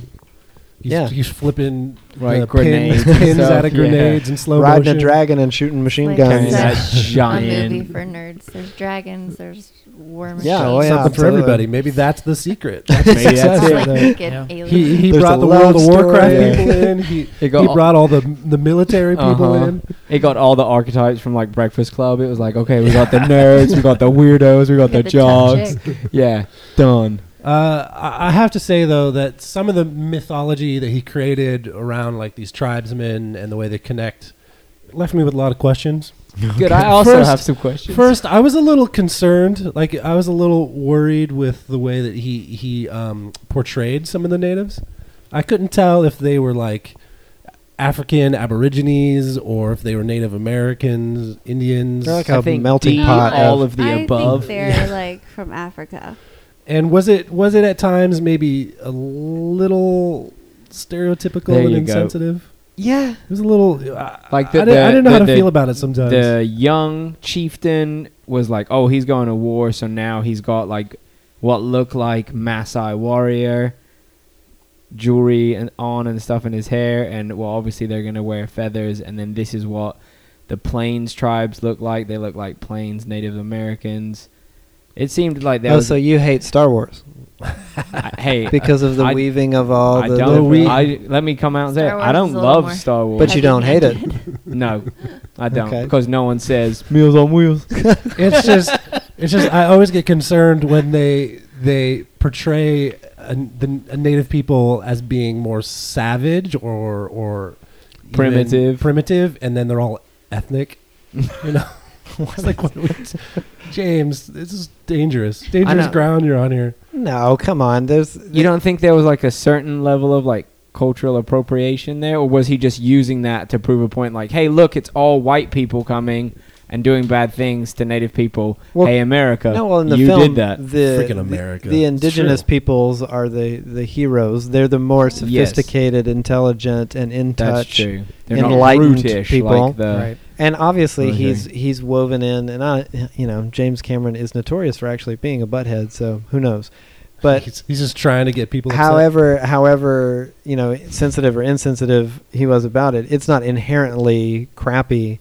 Speaker 2: He's,
Speaker 1: Yeah.
Speaker 2: he's flipping
Speaker 4: Right,
Speaker 2: the
Speaker 4: grenades
Speaker 2: pins,
Speaker 4: and
Speaker 2: pins
Speaker 4: stuff,
Speaker 2: out of
Speaker 4: yeah.
Speaker 2: grenades and slow
Speaker 1: Riding
Speaker 2: motion.
Speaker 1: a
Speaker 2: <laughs>
Speaker 1: dragon and shooting machine
Speaker 3: Like
Speaker 1: guns.
Speaker 4: And
Speaker 1: <laughs>
Speaker 4: that
Speaker 3: a
Speaker 4: giant.
Speaker 3: movie for nerds. There's dragons. There's war machines.
Speaker 1: Yeah, oh,
Speaker 2: Something
Speaker 1: yeah,
Speaker 2: for
Speaker 1: absolutely.
Speaker 2: everybody. Maybe that's the secret.
Speaker 4: Maybe that's
Speaker 3: Like
Speaker 4: it.
Speaker 3: naked
Speaker 5: Yeah.
Speaker 3: aliens.
Speaker 2: He, he
Speaker 1: There's
Speaker 2: brought
Speaker 1: a
Speaker 2: the World of
Speaker 1: love
Speaker 2: Warcraft
Speaker 1: story.
Speaker 2: people in. <laughs> He,
Speaker 4: It
Speaker 2: he
Speaker 4: got all,
Speaker 2: brought all the the military people
Speaker 4: Uh-huh.
Speaker 2: in.
Speaker 4: it got all the archetypes from like Breakfast Club. It was like, okay, we got the nerds, we got the weirdos, we
Speaker 6: <laughs>
Speaker 4: got
Speaker 3: Look
Speaker 4: the,
Speaker 3: at the tough
Speaker 4: jocks. Yeah, done.
Speaker 2: Uh, I I have to say though that some of the mythology that he created around like these tribesmen and the way they connect left me with a lot of questions.
Speaker 4: Good. I also
Speaker 2: First-
Speaker 4: have some questions.
Speaker 2: First, I was a little concerned. Like I was a little worried with the way that he he um, portrayed some of the natives. I couldn't tell if they were like African Aborigines or if they were Native Americans, Indians,
Speaker 1: They're like
Speaker 4: I
Speaker 1: a
Speaker 4: think
Speaker 1: melting
Speaker 4: D,
Speaker 1: pot
Speaker 4: all
Speaker 1: of-
Speaker 4: of the
Speaker 6: Um, I
Speaker 4: above.
Speaker 6: think they're like from Africa.
Speaker 2: and was it was it at times maybe a little stereotypical
Speaker 4: There
Speaker 2: and
Speaker 4: you go.
Speaker 2: insensitive?
Speaker 4: yeah,
Speaker 2: It was a little uh,
Speaker 4: Like
Speaker 2: like
Speaker 4: the-
Speaker 2: I, didn't, I
Speaker 4: the-
Speaker 2: didn't know how
Speaker 4: the-
Speaker 2: to
Speaker 4: the-
Speaker 2: feel about it sometimes.
Speaker 4: the young chieftain was like, "Oh, he's going to war, so now he's got like what look like Maasai warrior jewelry and on and stuff in his hair, and well, obviously they're gonna wear feathers, and then this is what the plains tribes look like. They look like plains Native Americans. It seemed like there
Speaker 1: Oh,
Speaker 4: was
Speaker 1: so you hate Star Wars
Speaker 4: I- hey.
Speaker 1: <laughs> because of the
Speaker 4: I-
Speaker 1: weaving of all
Speaker 4: I
Speaker 1: Oh, the.
Speaker 4: don't.
Speaker 1: different-
Speaker 4: I, let me come out and say
Speaker 3: Star
Speaker 4: it. I
Speaker 3: Wars
Speaker 4: don't
Speaker 3: is a little
Speaker 4: love
Speaker 3: more
Speaker 4: Star Wars.
Speaker 1: but you don't hate it.
Speaker 4: no, I don't
Speaker 1: Okay.
Speaker 4: because no one says meals on wheels.
Speaker 2: it's just it's just I always get concerned when they they portray a, the a native people as being more savage or or even
Speaker 4: Primitive.
Speaker 2: primitive, and then they're all ethnic. You know, it's like what, what- James, this is dangerous, dangerous
Speaker 1: know.
Speaker 2: ground you're on here.
Speaker 1: No, come on. There's
Speaker 4: You don't think there was like a certain level of like cultural appropriation there, or was he just using that to prove a point? Like, hey, look, it's all white people coming and doing bad things to native people.
Speaker 1: Well,
Speaker 4: hey, America,
Speaker 1: No, well, in the
Speaker 4: you
Speaker 1: film,
Speaker 4: did that.
Speaker 1: the
Speaker 2: Frickin'
Speaker 1: the-
Speaker 2: America.
Speaker 1: The,
Speaker 2: It's
Speaker 1: indigenous
Speaker 2: true.
Speaker 1: peoples are the the heroes. They're the more sophisticated, intelligent, and in
Speaker 4: That's
Speaker 1: touch.
Speaker 4: true. They're
Speaker 1: enlightened
Speaker 4: not brutish
Speaker 1: people.
Speaker 4: like the
Speaker 5: right.
Speaker 1: And obviously,
Speaker 4: Okay.
Speaker 1: he's he's woven in, and I, you know, James Cameron is notorious for actually being a butthead. So who knows? But
Speaker 2: he's, he's just trying to get people. upset.
Speaker 1: however however you know sensitive or insensitive he was about it it's not inherently crappy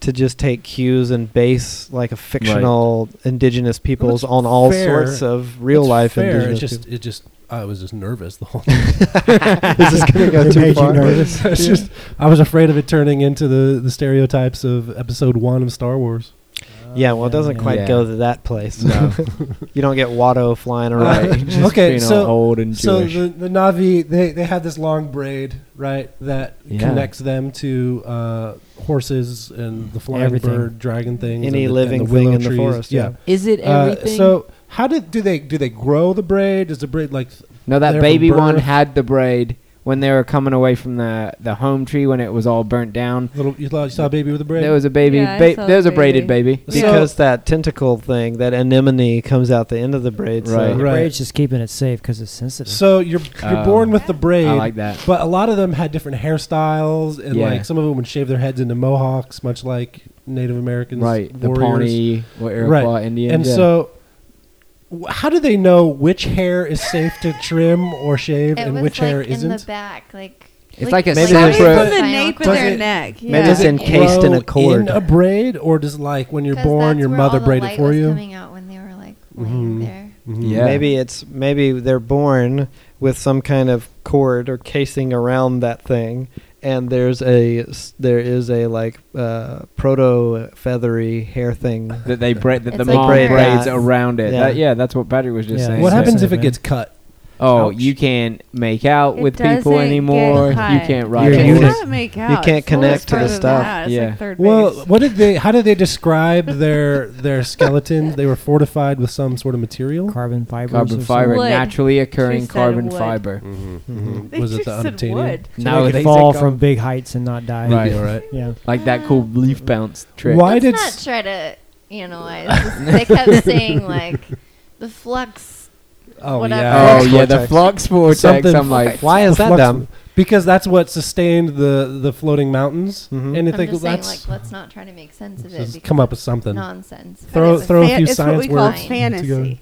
Speaker 1: to just take cues and base like a fictional indigenous peoples
Speaker 2: it's
Speaker 1: on all
Speaker 2: fair.
Speaker 1: sorts of real
Speaker 2: It's
Speaker 1: life
Speaker 2: fair. It
Speaker 1: indigenous
Speaker 2: just
Speaker 1: people.
Speaker 2: it just I was just nervous the <laughs>
Speaker 1: <laughs>
Speaker 2: whole time.
Speaker 1: is this going to go
Speaker 5: It
Speaker 1: too
Speaker 5: made you
Speaker 1: far
Speaker 5: nervous.
Speaker 2: <laughs> it's just I was afraid of it turning into the the stereotypes of episode one of Star Wars.
Speaker 1: yeah well it doesn't
Speaker 5: Yeah.
Speaker 1: quite
Speaker 4: Yeah.
Speaker 1: go to that place
Speaker 4: No.
Speaker 1: you don't get Watto flying around
Speaker 4: <laughs> right. just
Speaker 2: Okay,
Speaker 4: being all
Speaker 2: so-
Speaker 4: old and
Speaker 2: So
Speaker 4: Jewish.
Speaker 2: the, the Navi they they have this long braid right that
Speaker 4: Yeah.
Speaker 2: connects them to uh, horses and the flying
Speaker 5: Everything.
Speaker 2: bird dragon things.
Speaker 1: Any
Speaker 2: and the,
Speaker 1: living
Speaker 2: and the willow
Speaker 1: thing in the
Speaker 2: trees.
Speaker 1: forest, yeah.
Speaker 4: is it
Speaker 2: Uh,
Speaker 4: everything?
Speaker 2: so how did do they do they grow the braid? Is the braid like
Speaker 4: No,
Speaker 2: They're
Speaker 4: that
Speaker 2: from
Speaker 4: baby one
Speaker 2: birth.
Speaker 4: had the braid when they were coming away from the the home tree when it was all burnt down.
Speaker 2: little? You saw, you saw a baby with a braid.
Speaker 4: There was a baby.
Speaker 6: Yeah, I
Speaker 4: ba-
Speaker 6: saw
Speaker 4: there was
Speaker 6: the
Speaker 4: a braided baby.
Speaker 2: So-
Speaker 1: because that tentacle thing that anemone comes out the end of the braid so-
Speaker 4: Right.
Speaker 2: Right.
Speaker 5: Braid's just keeping it safe because it's sensitive.
Speaker 2: so you're you're
Speaker 1: Um,
Speaker 4: Oh.
Speaker 2: born with the braid.
Speaker 4: I like that.
Speaker 2: But a lot of them had different hairstyles, and
Speaker 4: Yeah.
Speaker 2: like some of them would shave their heads into mohawks, much like Native Americans,
Speaker 4: Right, the
Speaker 2: warriors.
Speaker 4: Pawnee, what Iroquois Indians,
Speaker 2: and
Speaker 4: yeah.
Speaker 2: so wh- how do they know which hair is safe to trim or shave
Speaker 3: It
Speaker 2: and
Speaker 3: was
Speaker 2: which
Speaker 3: like
Speaker 2: hair
Speaker 3: in the
Speaker 2: isn't?
Speaker 3: back, like
Speaker 4: It's like a
Speaker 1: Maybe
Speaker 6: Maybe
Speaker 1: there's
Speaker 6: it's
Speaker 1: pro-
Speaker 6: from the nape of
Speaker 2: Does
Speaker 6: their
Speaker 2: it-
Speaker 6: neck.
Speaker 1: Maybe
Speaker 6: yeah.
Speaker 1: it's encased in
Speaker 2: grow
Speaker 1: a cord.
Speaker 2: in a braid, or does like when you're
Speaker 3: 'Cause
Speaker 2: born,
Speaker 3: that's
Speaker 2: your
Speaker 3: where
Speaker 2: mother
Speaker 3: all the
Speaker 2: braid it
Speaker 3: light
Speaker 2: for
Speaker 3: was
Speaker 2: you?
Speaker 3: Coming out when they were like laying
Speaker 2: Mhm.
Speaker 3: there.
Speaker 2: Mhm.
Speaker 4: Yeah.
Speaker 1: Maybe it's maybe they're born with some kind of cord or casing around that thing, and there's a s- there is a like uh, proto feathery hair thing.
Speaker 4: that they braid that
Speaker 3: It's
Speaker 4: the
Speaker 3: like
Speaker 4: mom
Speaker 3: hair.
Speaker 4: braids
Speaker 1: Yeah.
Speaker 4: around it.
Speaker 1: Yeah.
Speaker 4: That, yeah, that's what Patrick was just
Speaker 5: Yeah.
Speaker 4: saying.
Speaker 2: What
Speaker 5: So-
Speaker 2: happens
Speaker 5: so,
Speaker 2: if it
Speaker 5: man.
Speaker 2: gets cut?
Speaker 4: Oh,
Speaker 2: Ouch.
Speaker 4: you can't make out
Speaker 6: It
Speaker 4: with people
Speaker 6: doesn't
Speaker 4: anymore. You
Speaker 6: get cut.
Speaker 4: can't
Speaker 5: You're
Speaker 4: ride.
Speaker 5: a
Speaker 6: You
Speaker 4: a
Speaker 5: unit.
Speaker 4: horse.
Speaker 6: cannot make out.
Speaker 1: can't
Speaker 6: It's
Speaker 1: connect to the
Speaker 6: further than
Speaker 1: stuff.
Speaker 6: that. It's
Speaker 4: Yeah.
Speaker 6: like third
Speaker 2: Well,
Speaker 6: base.
Speaker 2: what did they? How did they describe their
Speaker 3: <laughs>
Speaker 2: their skeletons? They were fortified with some sort of material.
Speaker 5: Carbon fiber.
Speaker 4: Carbon fiber,
Speaker 6: Wood.
Speaker 4: naturally occurring
Speaker 6: said
Speaker 4: carbon
Speaker 6: wood.
Speaker 4: fiber.
Speaker 2: Mm-hmm.
Speaker 6: They
Speaker 2: Was it
Speaker 6: just
Speaker 2: the
Speaker 6: said
Speaker 2: unobtainium?
Speaker 6: wood.
Speaker 5: No, they could fall from big heights and not die.
Speaker 4: um, Right.
Speaker 2: Yeah, right.
Speaker 5: Yeah.
Speaker 4: oh, like that cool leaf bounce trick.
Speaker 2: Why
Speaker 3: Let's
Speaker 2: did
Speaker 3: not
Speaker 2: s-
Speaker 3: try to
Speaker 2: <laughs>
Speaker 3: analyze. they kept saying like the flux.
Speaker 2: Oh
Speaker 3: Whatever.
Speaker 2: yeah.
Speaker 4: Oh yeah, the
Speaker 1: Vortex.
Speaker 4: flux vortex.
Speaker 2: Something-
Speaker 4: I'm like,
Speaker 1: Why is
Speaker 2: The
Speaker 1: that
Speaker 2: flux-
Speaker 1: dumb?
Speaker 2: Because that's what sustained the the floating mountains,
Speaker 4: Mm-hmm.
Speaker 1: Mhm.
Speaker 2: and I
Speaker 3: I'm
Speaker 2: think
Speaker 3: just saying
Speaker 2: that's
Speaker 3: like let's not try to make sense of it.
Speaker 2: just
Speaker 3: Because
Speaker 2: come up with something.
Speaker 3: nonsense. but
Speaker 2: Throw-
Speaker 3: it was
Speaker 2: throw- a <laughs> few
Speaker 6: it's
Speaker 2: science
Speaker 6: what we call
Speaker 3: words
Speaker 2: together.
Speaker 6: fantasy.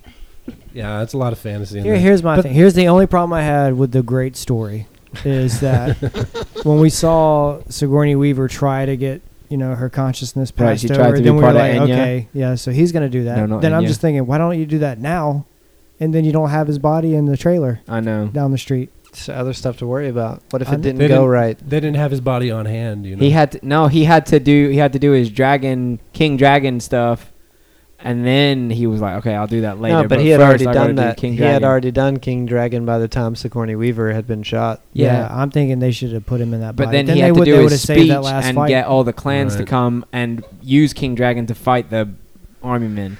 Speaker 2: Yeah, it's a lot of fantasy. In
Speaker 5: Here,
Speaker 2: there.
Speaker 5: here's my
Speaker 2: But-
Speaker 5: thing. Here's the only problem I had with the great story is
Speaker 4: <laughs>
Speaker 5: that when we saw Sigourney Weaver try to get you know her consciousness
Speaker 4: Right,
Speaker 5: passed
Speaker 4: she tried
Speaker 5: over,
Speaker 4: to be
Speaker 5: then we were
Speaker 4: part of
Speaker 5: like,
Speaker 4: Enya.
Speaker 5: okay, yeah, so he's gonna do that.
Speaker 4: No, not
Speaker 5: then I'm
Speaker 4: Enya.
Speaker 5: just thinking, why don't you do that now? And then you don't have his body in the trailer
Speaker 4: I know.
Speaker 5: down the street.
Speaker 1: It's other stuff to worry about. What if
Speaker 5: I'm-
Speaker 1: it didn't
Speaker 2: They
Speaker 1: go
Speaker 2: didn't-
Speaker 1: right?
Speaker 2: They didn't have his body on hand, you know.
Speaker 4: He had to, no, he had to do he had to do his dragon king dragon stuff, and then he was like, okay, I'll do that later.
Speaker 1: no, but, he had
Speaker 4: first
Speaker 1: already
Speaker 4: I gotta
Speaker 1: done
Speaker 4: do
Speaker 1: that.
Speaker 4: King
Speaker 1: he
Speaker 4: dragon.
Speaker 1: had already done King Dragon by the time Sigourney Weaver had been shot.
Speaker 4: Yeah.
Speaker 5: I'm thinking they should have put him in that
Speaker 4: But
Speaker 5: body.
Speaker 4: then, he
Speaker 5: they
Speaker 4: had to
Speaker 5: would
Speaker 4: do
Speaker 5: they would have
Speaker 4: his
Speaker 5: saved
Speaker 4: speech
Speaker 5: that last
Speaker 4: and
Speaker 5: fight.
Speaker 4: get all the clans to
Speaker 2: Right.
Speaker 4: come and use King Dragon to fight the army men.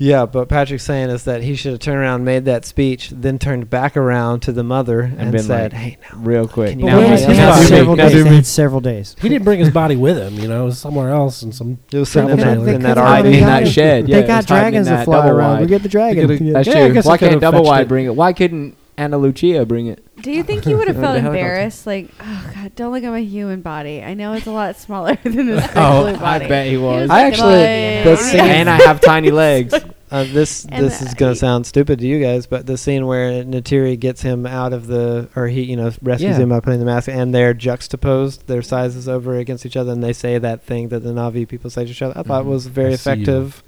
Speaker 1: Yeah, but Patrick's saying is that he should have turned around, made that speech, then turned back around to the mother and,
Speaker 4: been
Speaker 1: said,
Speaker 4: like-
Speaker 1: "Hey, now
Speaker 4: Real quick.
Speaker 1: Can you
Speaker 5: Well,
Speaker 1: Now
Speaker 5: yeah,
Speaker 1: he's
Speaker 5: they
Speaker 1: not
Speaker 5: had
Speaker 1: doing
Speaker 5: several
Speaker 1: that.
Speaker 5: days. They had several days.
Speaker 2: He didn't bring his body with him, you know, it was somewhere else and some
Speaker 1: it was sitting in
Speaker 2: Travel
Speaker 1: that,
Speaker 2: trailer.
Speaker 1: in that
Speaker 5: Because I
Speaker 4: <laughs>
Speaker 1: RV."
Speaker 5: mean,
Speaker 4: in
Speaker 5: Yeah,
Speaker 4: that shed. Yeah,
Speaker 5: they
Speaker 4: it
Speaker 5: got
Speaker 4: was hiding in
Speaker 5: dragons
Speaker 4: that
Speaker 5: that fly
Speaker 4: double
Speaker 5: around.
Speaker 4: wide.
Speaker 5: We get the <laughs> dragon. Yeah.
Speaker 4: That's
Speaker 2: Yeah, I
Speaker 4: true.
Speaker 2: guess I
Speaker 4: Why
Speaker 2: could've
Speaker 4: can't Double
Speaker 2: fetched
Speaker 4: Wide
Speaker 2: it.
Speaker 4: bring it? Why couldn't Anna Lucia bring it?
Speaker 6: Do you think you would have
Speaker 1: Under
Speaker 6: felt
Speaker 1: the helicopter.
Speaker 6: embarrassed? Like, oh god, don't look at my human body. I know it's a lot smaller
Speaker 2: <laughs>
Speaker 6: than this
Speaker 2: Oh,
Speaker 6: big blue
Speaker 4: Oh, I
Speaker 6: body.
Speaker 4: bet he was.
Speaker 3: was
Speaker 1: I
Speaker 3: like,
Speaker 1: actually-
Speaker 3: "Bye."
Speaker 1: the scene-
Speaker 4: and I have tiny legs.
Speaker 1: Uh, this
Speaker 3: And
Speaker 1: this is gonna
Speaker 3: I-
Speaker 1: sound stupid to you guys, but the scene where Natiri gets him out of the or he you know rescues
Speaker 4: Yeah.
Speaker 1: him by putting the mask, and they're juxtaposed, their sizes over against each other, and they say that thing that the Navi people say to each other. I thought
Speaker 4: Mhm.
Speaker 1: was a very
Speaker 2: Mm-hmm. I see you.
Speaker 1: effective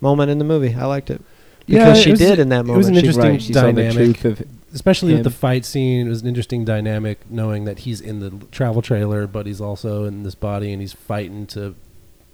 Speaker 1: moment in the movie. I liked it
Speaker 2: Yeah,
Speaker 1: because
Speaker 2: it
Speaker 1: she
Speaker 2: was-
Speaker 1: did in that
Speaker 2: it
Speaker 1: moment.
Speaker 2: was an
Speaker 1: She-
Speaker 2: interesting
Speaker 4: right, she saw the
Speaker 2: dynamic.
Speaker 4: truth of it.
Speaker 2: especially with the
Speaker 4: Him.
Speaker 2: fight scene it was an interesting dynamic knowing that he's in the l- travel trailer but he's also in this body and he's fighting to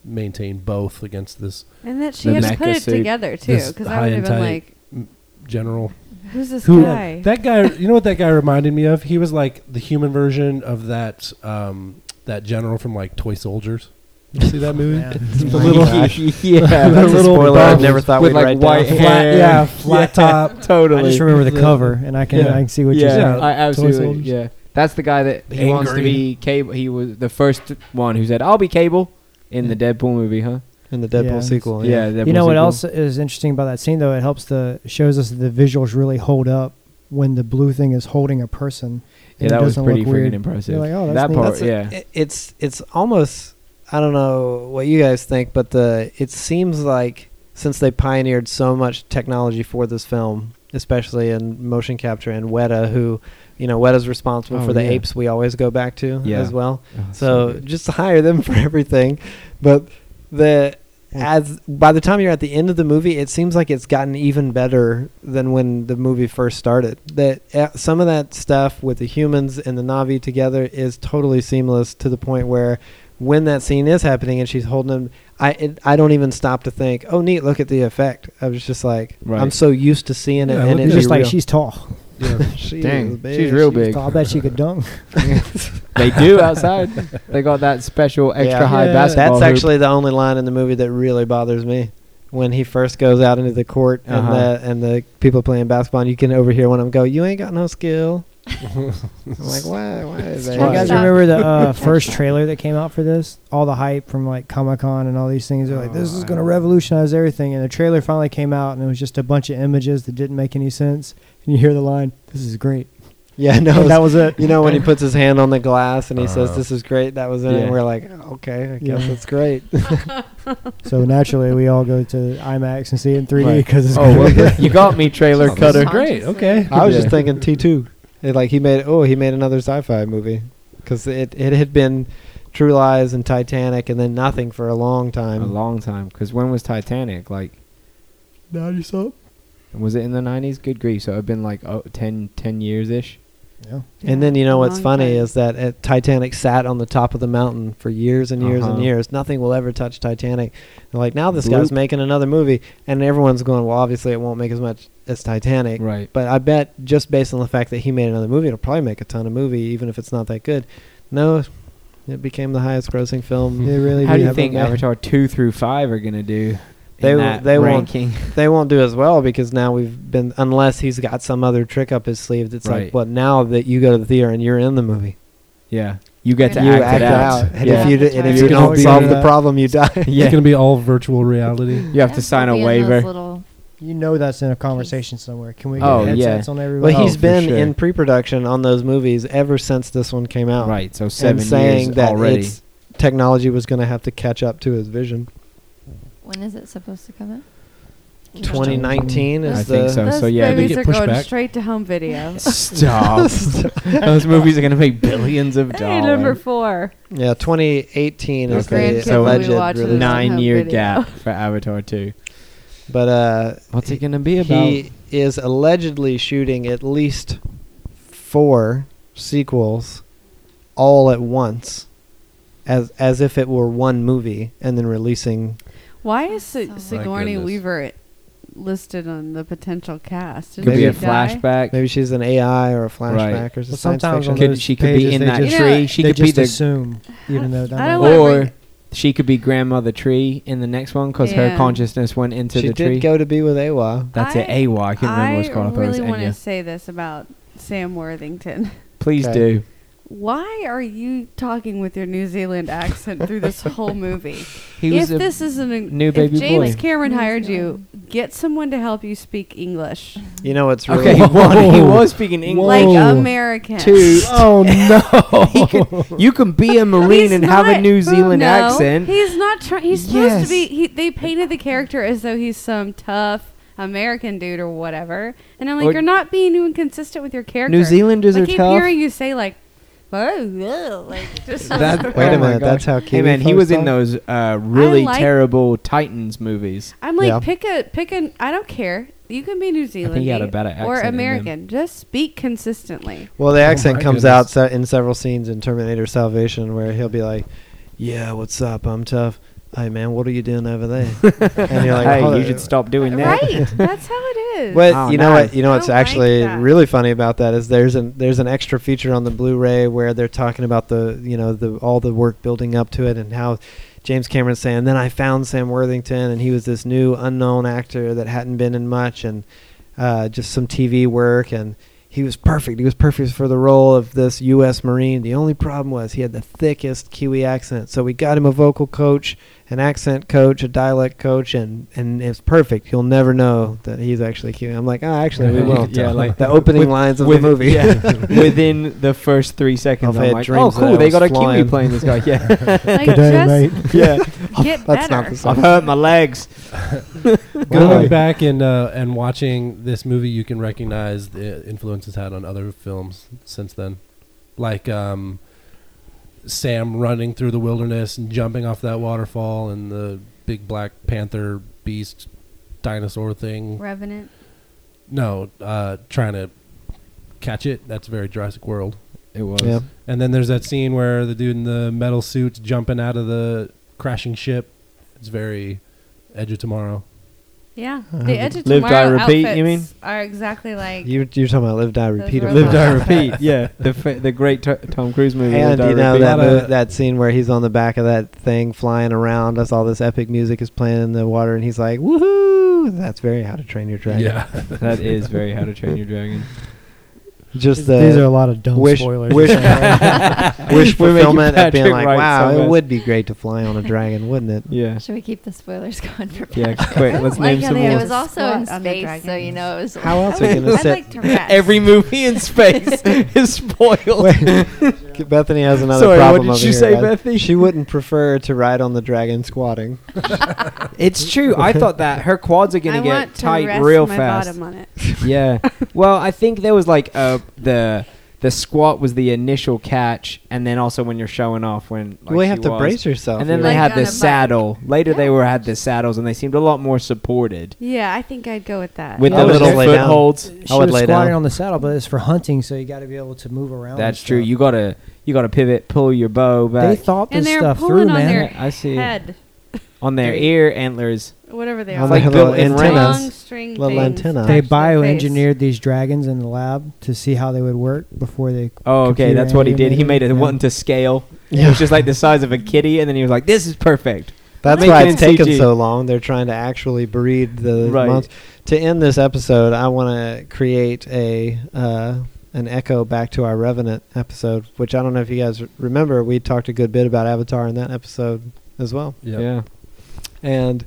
Speaker 2: maintain both against this
Speaker 6: and that she
Speaker 4: The
Speaker 6: had to
Speaker 4: mecha
Speaker 6: put it
Speaker 4: suit.
Speaker 6: together too,
Speaker 2: This
Speaker 6: because
Speaker 2: high
Speaker 6: I would have
Speaker 2: and
Speaker 6: been
Speaker 2: tight
Speaker 6: like,
Speaker 2: general
Speaker 6: who's this
Speaker 2: who
Speaker 6: guy?
Speaker 2: that guy you know what that guy reminded me of he was like the human version of that um that general from like toy soldiers you see
Speaker 1: <laughs>
Speaker 2: that
Speaker 1: Oh,
Speaker 2: movie <laughs> the little
Speaker 4: <laughs> yeah,
Speaker 2: That's a little
Speaker 1: spoiler I
Speaker 2: bump
Speaker 1: never thought
Speaker 4: with
Speaker 1: we'd
Speaker 4: like
Speaker 1: write
Speaker 4: white
Speaker 1: down.
Speaker 4: hair.
Speaker 2: flat, yeah <laughs> flat top
Speaker 4: totally.
Speaker 5: I just remember the
Speaker 2: The-
Speaker 5: cover, and I can
Speaker 2: Yeah.
Speaker 5: I can see what you're
Speaker 4: yeah,
Speaker 5: saying.
Speaker 2: said.
Speaker 4: I
Speaker 2: Toy
Speaker 4: absolutely.
Speaker 2: soldiers.
Speaker 4: Yeah, that's the guy that he wants to
Speaker 2: Angry.
Speaker 4: be cable. He was the first one who said, "I'll be cable" in the Deadpool movie, huh?
Speaker 1: in the Deadpool
Speaker 5: Yeah.
Speaker 1: sequel. Oh, Yeah.
Speaker 4: Yeah. Deadpool
Speaker 5: You know what
Speaker 4: sequel.
Speaker 5: else is interesting about that scene though? It helps the shows us that the visuals really hold up when the blue thing is holding a person.
Speaker 4: Yeah,
Speaker 5: and it
Speaker 4: that was
Speaker 5: doesn't
Speaker 4: pretty
Speaker 5: look weird.
Speaker 4: freaking impressive.
Speaker 5: You're like, oh, that's
Speaker 4: that
Speaker 5: neat.
Speaker 4: part,
Speaker 1: That's a- <laughs>
Speaker 4: yeah.
Speaker 1: it- it's it's almost I don't know what you guys think, but the it seems like since they pioneered so much technology for this film, especially in motion capture and Weta, who you know Weta's responsible
Speaker 4: Oh,
Speaker 1: for the
Speaker 4: yeah.
Speaker 1: apes we always go back to
Speaker 4: Yeah.
Speaker 1: as well.
Speaker 4: Oh,
Speaker 1: So
Speaker 4: good.
Speaker 1: just hire them <laughs> for everything, but the as by the time you're at the end of the movie, it seems like it's gotten even better than when the movie first started. That uh, some of that stuff with the humans and the Navi together is totally seamless to the point where when that scene is happening and she's holding him, I it, I don't even stop to think, oh neat, look at the effect. I was just like, I'm
Speaker 4: Right.
Speaker 1: so used to seeing it,
Speaker 2: Yeah,
Speaker 1: and
Speaker 2: look
Speaker 1: it's
Speaker 5: It's
Speaker 2: at
Speaker 5: just like
Speaker 1: real.
Speaker 5: she's tall.
Speaker 2: yeah.
Speaker 1: She
Speaker 4: Dang,
Speaker 1: is
Speaker 4: she's real big.
Speaker 5: Tall. I bet she could dunk.
Speaker 4: they do outside. they got that special extra
Speaker 1: Yeah.
Speaker 4: high
Speaker 2: Yeah.
Speaker 4: basketball.
Speaker 1: That's
Speaker 4: hoop.
Speaker 1: actually the only line in the movie that really bothers me. When he first goes out into the court
Speaker 4: Uh-huh.
Speaker 1: and the and the people playing basketball, and you can overhear one of them go, "You ain't got no
Speaker 4: <laughs>
Speaker 1: skill." I'm like, why? Why is
Speaker 3: It's
Speaker 1: that?
Speaker 5: You guys
Speaker 3: Stop.
Speaker 5: remember the
Speaker 6: <laughs>
Speaker 5: uh, first trailer that came out for this? All the hype from like Comic Con and all these things. They're like, this is
Speaker 1: Oh,
Speaker 5: going to revolutionize everything. And the trailer finally came out, and it was just a bunch of images that didn't make any sense. And you hear the line, "This is great."
Speaker 1: Yeah, no,
Speaker 5: And
Speaker 1: that
Speaker 5: that
Speaker 1: was
Speaker 5: was it.
Speaker 1: you know
Speaker 4: <laughs>
Speaker 1: when he puts his hand on the glass and he says,
Speaker 2: Uh,
Speaker 1: "This is great." That was it,
Speaker 4: Uh-huh. yeah.
Speaker 1: and we're like, "Okay, I guess
Speaker 5: Yeah.
Speaker 1: it's
Speaker 4: <laughs>
Speaker 1: great."
Speaker 5: So naturally, we all go to IMAX and see it in 3D
Speaker 1: Right.
Speaker 5: because it's
Speaker 1: oh,
Speaker 5: gonna be <laughs>
Speaker 1: well, you got me, trailer
Speaker 2: Oh, this
Speaker 1: cutter.
Speaker 2: is great, okay.
Speaker 1: I was
Speaker 4: Yeah.
Speaker 1: just thinking T two, like he made oh he made another sci-fi movie because it it had been True Lies and Titanic and then nothing for a long
Speaker 4: a
Speaker 1: time.
Speaker 4: long time. Because when was Titanic? Like,
Speaker 1: Ninety something.
Speaker 4: was it in the 90s? Good grief. So it'd been like oh, 10, 10 years ish.
Speaker 5: Yeah.
Speaker 1: And then you know what's
Speaker 6: Long
Speaker 1: funny
Speaker 6: time.
Speaker 1: is that uh Titanic sat on the top of the mountain for years and years
Speaker 4: Uh-huh.
Speaker 1: and years. Nothing will ever touch Titanic. And like now this guy's
Speaker 4: Bloop.
Speaker 1: making another movie, and everyone's going, well, obviously it won't make as much as Titanic.
Speaker 4: Right.
Speaker 1: But I bet just based on the fact that he made another movie, it'll probably make a ton of movie, even if it's not that good. No, it became the highest grossing
Speaker 4: <laughs>
Speaker 1: film.
Speaker 5: It really
Speaker 4: How do you
Speaker 5: have
Speaker 4: think
Speaker 5: a-
Speaker 4: Avatar 2 through 5 are going to do?
Speaker 1: They
Speaker 4: in
Speaker 1: w-
Speaker 4: that
Speaker 1: they won't-
Speaker 4: ranking? <laughs>
Speaker 1: they won't do as well because now we've been unless he's got some other trick up his sleeve that's
Speaker 4: Right.
Speaker 1: like, well, now that you go to the theater and you're in the movie,
Speaker 4: Yeah. You get to
Speaker 1: you
Speaker 4: act,
Speaker 1: act
Speaker 4: it out.
Speaker 1: and
Speaker 4: yeah.
Speaker 1: if you d- and if
Speaker 5: Yeah.
Speaker 1: you
Speaker 5: You can
Speaker 1: don't
Speaker 5: always
Speaker 1: solve
Speaker 5: do
Speaker 1: the
Speaker 5: that.
Speaker 1: problem, you
Speaker 2: <laughs>
Speaker 1: die.
Speaker 4: Yeah.
Speaker 2: It's gonna be all virtual reality.
Speaker 4: You have to sign a waiver.
Speaker 5: You know that's in a conversation somewhere. Can we get
Speaker 4: Oh,
Speaker 5: headsets
Speaker 4: yeah.
Speaker 1: <laughs>
Speaker 5: on
Speaker 1: Well,
Speaker 5: everybody?
Speaker 4: Oh,
Speaker 1: he's
Speaker 4: for
Speaker 1: been
Speaker 4: sure.
Speaker 1: in pre-production on those movies ever since this one came out,
Speaker 4: Right. So seven
Speaker 1: And saying
Speaker 4: years
Speaker 1: that
Speaker 4: already.
Speaker 1: it's technology was going to have to catch up to his vision.
Speaker 3: When is it supposed to come out?
Speaker 1: 2019
Speaker 4: I
Speaker 1: is
Speaker 4: think
Speaker 1: the
Speaker 4: so.
Speaker 6: Those
Speaker 4: So yeah,
Speaker 2: they
Speaker 6: movies
Speaker 2: get
Speaker 6: are
Speaker 2: pushed
Speaker 6: going
Speaker 2: back.
Speaker 6: straight to home video.
Speaker 1: <laughs>
Speaker 4: <laughs> Stop. Those movies are going to make billions of
Speaker 6: hey, number
Speaker 4: dollars.
Speaker 6: four.
Speaker 1: yeah 2018 is
Speaker 4: Okay,
Speaker 1: the
Speaker 4: so we
Speaker 1: alleged
Speaker 6: watch
Speaker 1: release.
Speaker 6: this.
Speaker 4: Nine
Speaker 6: Have
Speaker 4: year
Speaker 6: video.
Speaker 4: gap for Avatar 2.
Speaker 1: but uh,
Speaker 4: What's it going to be about?
Speaker 1: he is allegedly shooting at least four sequels all at once. As, as if it were one movie and then releasing
Speaker 6: Why is
Speaker 3: Oh
Speaker 6: Sig-
Speaker 3: my
Speaker 6: Sigourney
Speaker 2: goodness.
Speaker 6: Weaver i- listed on the potential cast? Did
Speaker 4: could be
Speaker 6: she
Speaker 4: a
Speaker 6: die?
Speaker 4: flashback.
Speaker 1: maybe she's an AI or a flashback or
Speaker 5: Well,
Speaker 1: something.
Speaker 5: sometimes on
Speaker 4: Could-
Speaker 5: those
Speaker 4: she could be
Speaker 5: pages,
Speaker 4: in
Speaker 5: they
Speaker 4: that
Speaker 5: just-
Speaker 6: You know,
Speaker 4: tree. She
Speaker 5: they
Speaker 4: could be
Speaker 5: just
Speaker 4: the
Speaker 5: assume, even though that
Speaker 6: I don't <laughs>
Speaker 5: might-
Speaker 6: wanna
Speaker 4: or
Speaker 6: bring-
Speaker 4: she could be grandmother tree in the next one because her
Speaker 6: Yeah.
Speaker 4: consciousness went into
Speaker 1: she
Speaker 4: the
Speaker 1: did
Speaker 4: tree.
Speaker 1: go to be with AWA.
Speaker 4: That's it.
Speaker 6: I-
Speaker 4: AWA. I can't remember what's called. I
Speaker 6: I
Speaker 4: thought it was
Speaker 6: really want to
Speaker 4: Enya.
Speaker 6: say this about Sam Worthington.
Speaker 4: Please
Speaker 1: Okay.
Speaker 4: do.
Speaker 6: Why are you talking with your New Zealand accent through
Speaker 4: <laughs>
Speaker 6: this whole movie?
Speaker 4: He
Speaker 6: if
Speaker 4: was a
Speaker 6: this is an
Speaker 4: new
Speaker 6: if
Speaker 4: baby
Speaker 6: James
Speaker 4: boy.
Speaker 6: Cameron
Speaker 3: New
Speaker 6: hired you,
Speaker 3: Zealand.
Speaker 6: get someone to help you speak English,
Speaker 1: You know what's really
Speaker 4: okay. <laughs>
Speaker 1: okay.
Speaker 4: One, he was speaking English.
Speaker 6: like
Speaker 2: Whoa.
Speaker 6: American.
Speaker 4: Two.
Speaker 2: Oh no!
Speaker 4: He could, you <laughs> can be a marine
Speaker 6: He's
Speaker 4: and have a
Speaker 6: not-
Speaker 4: New Zealand
Speaker 6: no,
Speaker 4: accent.
Speaker 6: He's not. Try- he's supposed
Speaker 4: Yes.
Speaker 6: to be. He, they painted the character as though he's some tough American dude or whatever, and I'm like,
Speaker 4: Or-
Speaker 6: you're not being even consistent with your character.
Speaker 4: New Zealanders
Speaker 6: I
Speaker 4: are
Speaker 6: keep
Speaker 4: tough.
Speaker 6: hearing you say like, "Whoa, whoa," like just
Speaker 4: That-
Speaker 1: Wait
Speaker 4: Oh
Speaker 1: a
Speaker 4: my
Speaker 1: minute, that's
Speaker 4: gosh.
Speaker 1: how
Speaker 4: Hey
Speaker 1: Kiwi
Speaker 4: man, he
Speaker 1: folks
Speaker 4: was in
Speaker 1: talk?
Speaker 4: those uh, really
Speaker 6: like-
Speaker 4: terrible Titans <laughs> movies.
Speaker 6: I'm like,
Speaker 1: Yeah.
Speaker 6: pick a pick an. I don't care. You can be New Zealand
Speaker 4: he had a better
Speaker 6: or
Speaker 4: accent than
Speaker 6: American. Just speak consistently.
Speaker 1: Well,
Speaker 4: oh
Speaker 1: the accent
Speaker 2: my
Speaker 1: comes
Speaker 2: goodness.
Speaker 1: out se- in several scenes in Terminator Salvation where he'll be like, "Yeah, what's up? I'm tough. Hey, man, what are you doing over
Speaker 4: <laughs>
Speaker 1: there?" and you're like, "Hold
Speaker 4: hey, you
Speaker 1: it."
Speaker 4: should stop doing that. <laughs>
Speaker 6: Right. That's how it is.
Speaker 1: But
Speaker 4: Oh,
Speaker 1: you know
Speaker 4: nice.
Speaker 1: what? You know
Speaker 6: I
Speaker 1: what's
Speaker 6: don't like
Speaker 1: actually
Speaker 6: that.
Speaker 1: really funny about that is there's an there's an extra feature on the Blu-ray where they're talking about the you know the all the work building up to it and how James Cameron's saying then I found Sam Worthington and he was this new unknown actor that hadn't been in much and uh, just some TV work and he was perfect. He was perfect for the role of this U.S. Marine. The only problem was he had the thickest Kiwi accent, so we got him a vocal coach, an accent coach, a dialect coach, and and it's perfect. You'll never know that he's actually Kiwi. I'm like, ah, actually, we
Speaker 4: Yeah,
Speaker 1: won't.
Speaker 4: yeah, like-
Speaker 1: the opening
Speaker 4: with-
Speaker 1: lines of
Speaker 4: with-
Speaker 1: the movie.
Speaker 4: yeah. <laughs> Within the first three
Speaker 1: I've
Speaker 4: seconds, I'm
Speaker 1: had
Speaker 4: like, oh
Speaker 1: dreams that
Speaker 4: cool,
Speaker 1: I
Speaker 4: they
Speaker 1: was
Speaker 4: got a
Speaker 1: flying."
Speaker 4: Kiwi playing this <laughs> guy. Yeah,
Speaker 6: like,
Speaker 5: Good day,
Speaker 6: just
Speaker 5: mate.
Speaker 4: yeah.
Speaker 1: <laughs> <laughs>
Speaker 6: get
Speaker 1: That's not
Speaker 6: better.
Speaker 1: the song.
Speaker 4: I've hurt my legs.
Speaker 2: Going
Speaker 1: Golly.
Speaker 2: back and uh, and watching this movie, you can recognize the influence it's had on other films since then, like um, Sam running through the wilderness and jumping off that waterfall, and the big black panther beast dinosaur thing.
Speaker 6: Revenant.
Speaker 2: No, uh, trying to catch it. That's very Jurassic World.
Speaker 4: It was.
Speaker 1: Yeah.
Speaker 2: And then there's that scene where the dude in the metal suit's jumping out of the crashing ship. It's very Edge of Tomorrow.
Speaker 6: Yeah.
Speaker 1: Uh,
Speaker 6: The Edge of
Speaker 4: Live, Die,
Speaker 6: Tomorrow
Speaker 4: Repeat, you mean?
Speaker 6: outfits Are exactly like. <laughs>
Speaker 1: You, you're talking about live, die,
Speaker 6: Those
Speaker 1: repeat.
Speaker 6: were
Speaker 1: of
Speaker 6: my
Speaker 4: Live,
Speaker 1: course.
Speaker 4: die, <laughs> repeat. Yeah, the fa- the great to- Tom Cruise movie. Live,
Speaker 1: And
Speaker 4: Die,
Speaker 1: you know
Speaker 4: Repeat.
Speaker 1: that
Speaker 2: Lotta-
Speaker 1: mo- that scene where he's on the back of that thing flying around as all this epic music is playing in the water, and he's like,
Speaker 4: uh,
Speaker 1: "Woohoo!" That's very How to Train Your Dragon.
Speaker 2: Yeah. <laughs>
Speaker 4: <laughs> that is very How to Train Your Dragon.
Speaker 1: Just the
Speaker 5: These are a lot of dumb
Speaker 1: wish-
Speaker 5: spoilers.
Speaker 4: <laughs>
Speaker 1: wish-
Speaker 5: <laughs>
Speaker 1: wish
Speaker 4: We're making
Speaker 1: fulfillment at being
Speaker 4: Patrick
Speaker 1: like,
Speaker 4: write
Speaker 1: wow,
Speaker 4: so
Speaker 1: it
Speaker 4: bad."
Speaker 1: would be great to fly on a dragon, wouldn't
Speaker 4: <laughs>
Speaker 1: it?
Speaker 4: Yeah.
Speaker 3: Should we keep the spoilers going for
Speaker 4: Yeah,
Speaker 3: Patrick?
Speaker 4: quick, let's
Speaker 6: like
Speaker 4: name
Speaker 6: how
Speaker 4: some
Speaker 6: they
Speaker 4: more.
Speaker 3: It
Speaker 6: have
Speaker 3: was also in
Speaker 6: Squat on the
Speaker 3: space, so you
Speaker 6: dragons.
Speaker 3: know it was.
Speaker 1: How
Speaker 3: <laughs>
Speaker 1: else are we gonna
Speaker 6: I'd
Speaker 1: sit?
Speaker 6: like to rest.
Speaker 4: Every movie in space is spoiled. <laughs>
Speaker 1: Wait, <laughs> Bethany has another
Speaker 4: Sorry, what
Speaker 1: problem.
Speaker 4: did
Speaker 1: over
Speaker 4: you
Speaker 1: here,
Speaker 4: say,
Speaker 1: guys.
Speaker 4: Bethany?
Speaker 1: She wouldn't prefer to ride on the dragon squatting.
Speaker 4: It's true. I thought that her quads are gonna
Speaker 6: I
Speaker 4: get
Speaker 6: want to
Speaker 4: tight
Speaker 6: rest
Speaker 4: real
Speaker 6: my
Speaker 4: fast.
Speaker 6: Bottom on it.
Speaker 4: <laughs> yeah. Well, I think there was like uh the the squat was the initial catch, and then also when you're showing off when like
Speaker 1: well,
Speaker 4: she
Speaker 1: you have to
Speaker 4: was.
Speaker 1: brace yourself.
Speaker 4: And then
Speaker 1: you're
Speaker 4: they
Speaker 6: Like
Speaker 4: had
Speaker 6: on a
Speaker 4: the
Speaker 6: bike.
Speaker 4: saddle. Later, they
Speaker 6: Yeah.
Speaker 4: were had the saddles, and they seemed a lot more supported
Speaker 6: Yeah, I think I'd go with that.
Speaker 4: with
Speaker 1: I
Speaker 4: the
Speaker 1: would
Speaker 4: little
Speaker 1: just lay down.
Speaker 4: footholds.
Speaker 5: she
Speaker 1: I would
Speaker 5: was
Speaker 1: lay
Speaker 5: squatting
Speaker 1: down.
Speaker 5: on the saddle, but it's for hunting, so you got to be able to move around. and
Speaker 4: That's true.
Speaker 5: stuff.
Speaker 4: You gotta you gotta pivot, pull your bow
Speaker 5: they
Speaker 4: back
Speaker 5: thought
Speaker 6: And
Speaker 5: this
Speaker 6: they're
Speaker 5: stuff
Speaker 6: pulling
Speaker 5: through,
Speaker 6: on
Speaker 5: man.
Speaker 6: their
Speaker 4: I see
Speaker 6: head,
Speaker 4: on their
Speaker 6: Three.
Speaker 4: ear antlers.
Speaker 6: whatever they
Speaker 1: On
Speaker 6: are.
Speaker 1: the Like little built in antennas.
Speaker 6: Long
Speaker 1: rings.
Speaker 6: string
Speaker 1: Little
Speaker 6: things
Speaker 1: antenna.
Speaker 5: they
Speaker 6: attached to their face.
Speaker 5: bioengineered these dragons in the lab to see how they would work before they.
Speaker 4: Oh, okay,
Speaker 5: Computer
Speaker 4: that's what he did. He
Speaker 5: animated,
Speaker 4: made it
Speaker 5: yeah.
Speaker 4: one to scale. It
Speaker 1: Yeah.
Speaker 4: was just like the size of a kitty, and then he was like, "This is perfect."
Speaker 1: <laughs> That's
Speaker 4: Make
Speaker 1: why
Speaker 4: it
Speaker 1: it's
Speaker 4: in
Speaker 1: taken
Speaker 4: CG.
Speaker 1: so long. They're trying to actually breed the
Speaker 4: Right.
Speaker 1: monsters. To end this episode, I want to create a uh, an echo back to our Revenant episode, which I don't know if you guys r- remember. We talked a good bit about Avatar in that episode as well.
Speaker 4: Yeah.
Speaker 1: And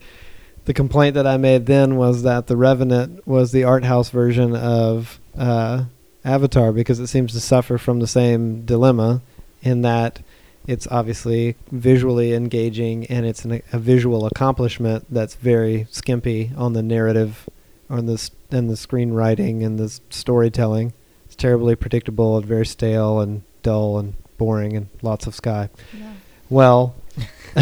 Speaker 1: the complaint that I made then was that the Revenant was the art house version of uh, Avatar because it seems to suffer from the same dilemma in that it's obviously visually engaging and it's an, a visual accomplishment that's very skimpy on the narrative, on the s- and the screenwriting and the s- storytelling. It's terribly predictable and very stale and dull and boring and lots of sky.
Speaker 3: Yeah.
Speaker 1: Well, <laughs>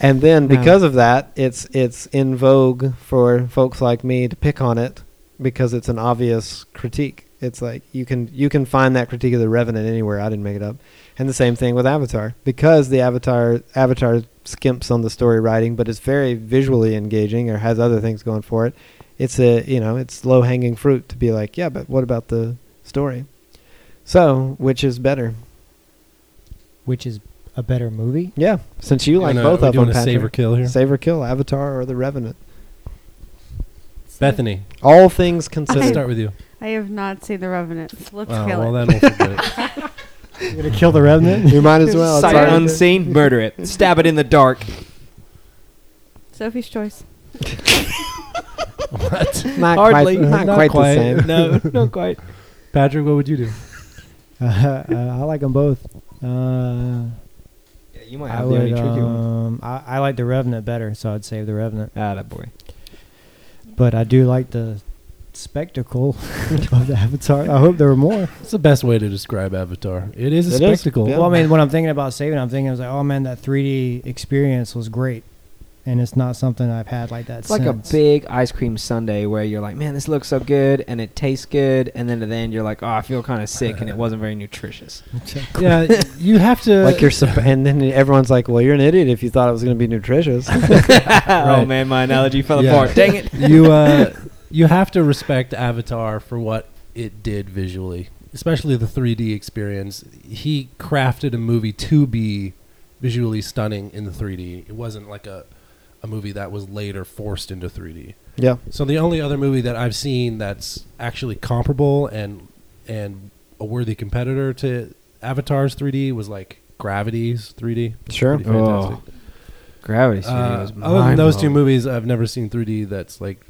Speaker 1: and then
Speaker 4: No.
Speaker 1: because of that, it's it's in vogue for folks like me to pick on it because it's an obvious critique. It's like you can you can find that critique of the Revenant anywhere. I didn't make it up. And the same thing with Avatar because the Avatar Avatar skimps on the story writing, but it's very visually engaging or has other things going for it. It's a you know it's low hanging fruit to be like yeah, but what about the story? So which is better?
Speaker 5: which is a
Speaker 1: <laughs>
Speaker 5: better movie.
Speaker 1: Yeah, since you like
Speaker 2: Wanna-
Speaker 1: both
Speaker 2: we
Speaker 1: of
Speaker 2: doing
Speaker 1: them,
Speaker 2: a save or
Speaker 1: Patrick.
Speaker 2: kill here.
Speaker 1: Save or kill, Avatar or The Revenant.
Speaker 2: Bethany,
Speaker 1: All things
Speaker 2: let's
Speaker 1: considered.
Speaker 2: start with you.
Speaker 6: I have not seen The Revenant. Let's
Speaker 2: Wow,
Speaker 6: kill
Speaker 2: well,
Speaker 6: it.
Speaker 2: then we'll forget it.
Speaker 5: You're gonna kill the <laughs>
Speaker 1: <laughs>
Speaker 5: revenant.
Speaker 1: you might as well.
Speaker 4: Sight
Speaker 1: It's already-
Speaker 4: unseen, murder it, stab it in the dark.
Speaker 6: Sophie's Choice.
Speaker 2: <laughs> What?
Speaker 1: Not
Speaker 4: Hardly.
Speaker 1: quite, not
Speaker 2: Not
Speaker 1: quite,
Speaker 2: quite.
Speaker 1: the same.
Speaker 4: No, not quite.
Speaker 2: Patrick, what would you do?
Speaker 5: uh, <laughs> uh, I like them both. Uh,
Speaker 4: Yeah, you might
Speaker 5: I
Speaker 4: have the only
Speaker 5: would.
Speaker 4: tricky one.
Speaker 5: Um, I, I like the revenant better, so I'd save the revenant.
Speaker 4: Ah, that boy.
Speaker 5: But I do like the spectacle <laughs> of the Avatar. I hope there were more.
Speaker 2: It's the best way to describe Avatar. It is a
Speaker 1: It is,
Speaker 2: spectacle.
Speaker 1: yeah.
Speaker 5: Well, I mean, when I'm thinking about saving, I'm thinking I was like, oh man, that 3D experience was great, and it's not something I've had like that.
Speaker 4: It's like a
Speaker 2: <laughs>
Speaker 5: since.
Speaker 4: big ice cream sundae where you're like, man, this looks so good, and it tastes good, and then at the end you're like, oh, I feel kind of sick, and it wasn't very nutritious. <laughs>
Speaker 2: Yeah, y- you have to.
Speaker 1: Like you're, supp- and then everyone's like, "Well, you're an idiot if you thought it was going to be
Speaker 2: <laughs>
Speaker 1: nutritious."
Speaker 4: Oh man, my analogy fell
Speaker 2: Yeah.
Speaker 4: apart.
Speaker 2: <laughs>
Speaker 4: Dang it.
Speaker 2: you uh, you have to respect Avatar for what it did visually, especially the 3D experience. He crafted a movie to be visually stunning in the 3D. It wasn't like a a movie that was later forced into 3D.
Speaker 1: yeah,
Speaker 2: So the only other movie that I've seen that's actually comparable and and a worthy competitor to Avatar's 3D was like Gravity's 3D. It's
Speaker 1: Sure.
Speaker 2: pretty fantastic.
Speaker 4: Oh. Gravity Studio
Speaker 2: Uh,
Speaker 4: is
Speaker 2: other than those two
Speaker 4: mind-blowing.
Speaker 2: movies, I've never seen 3D that's like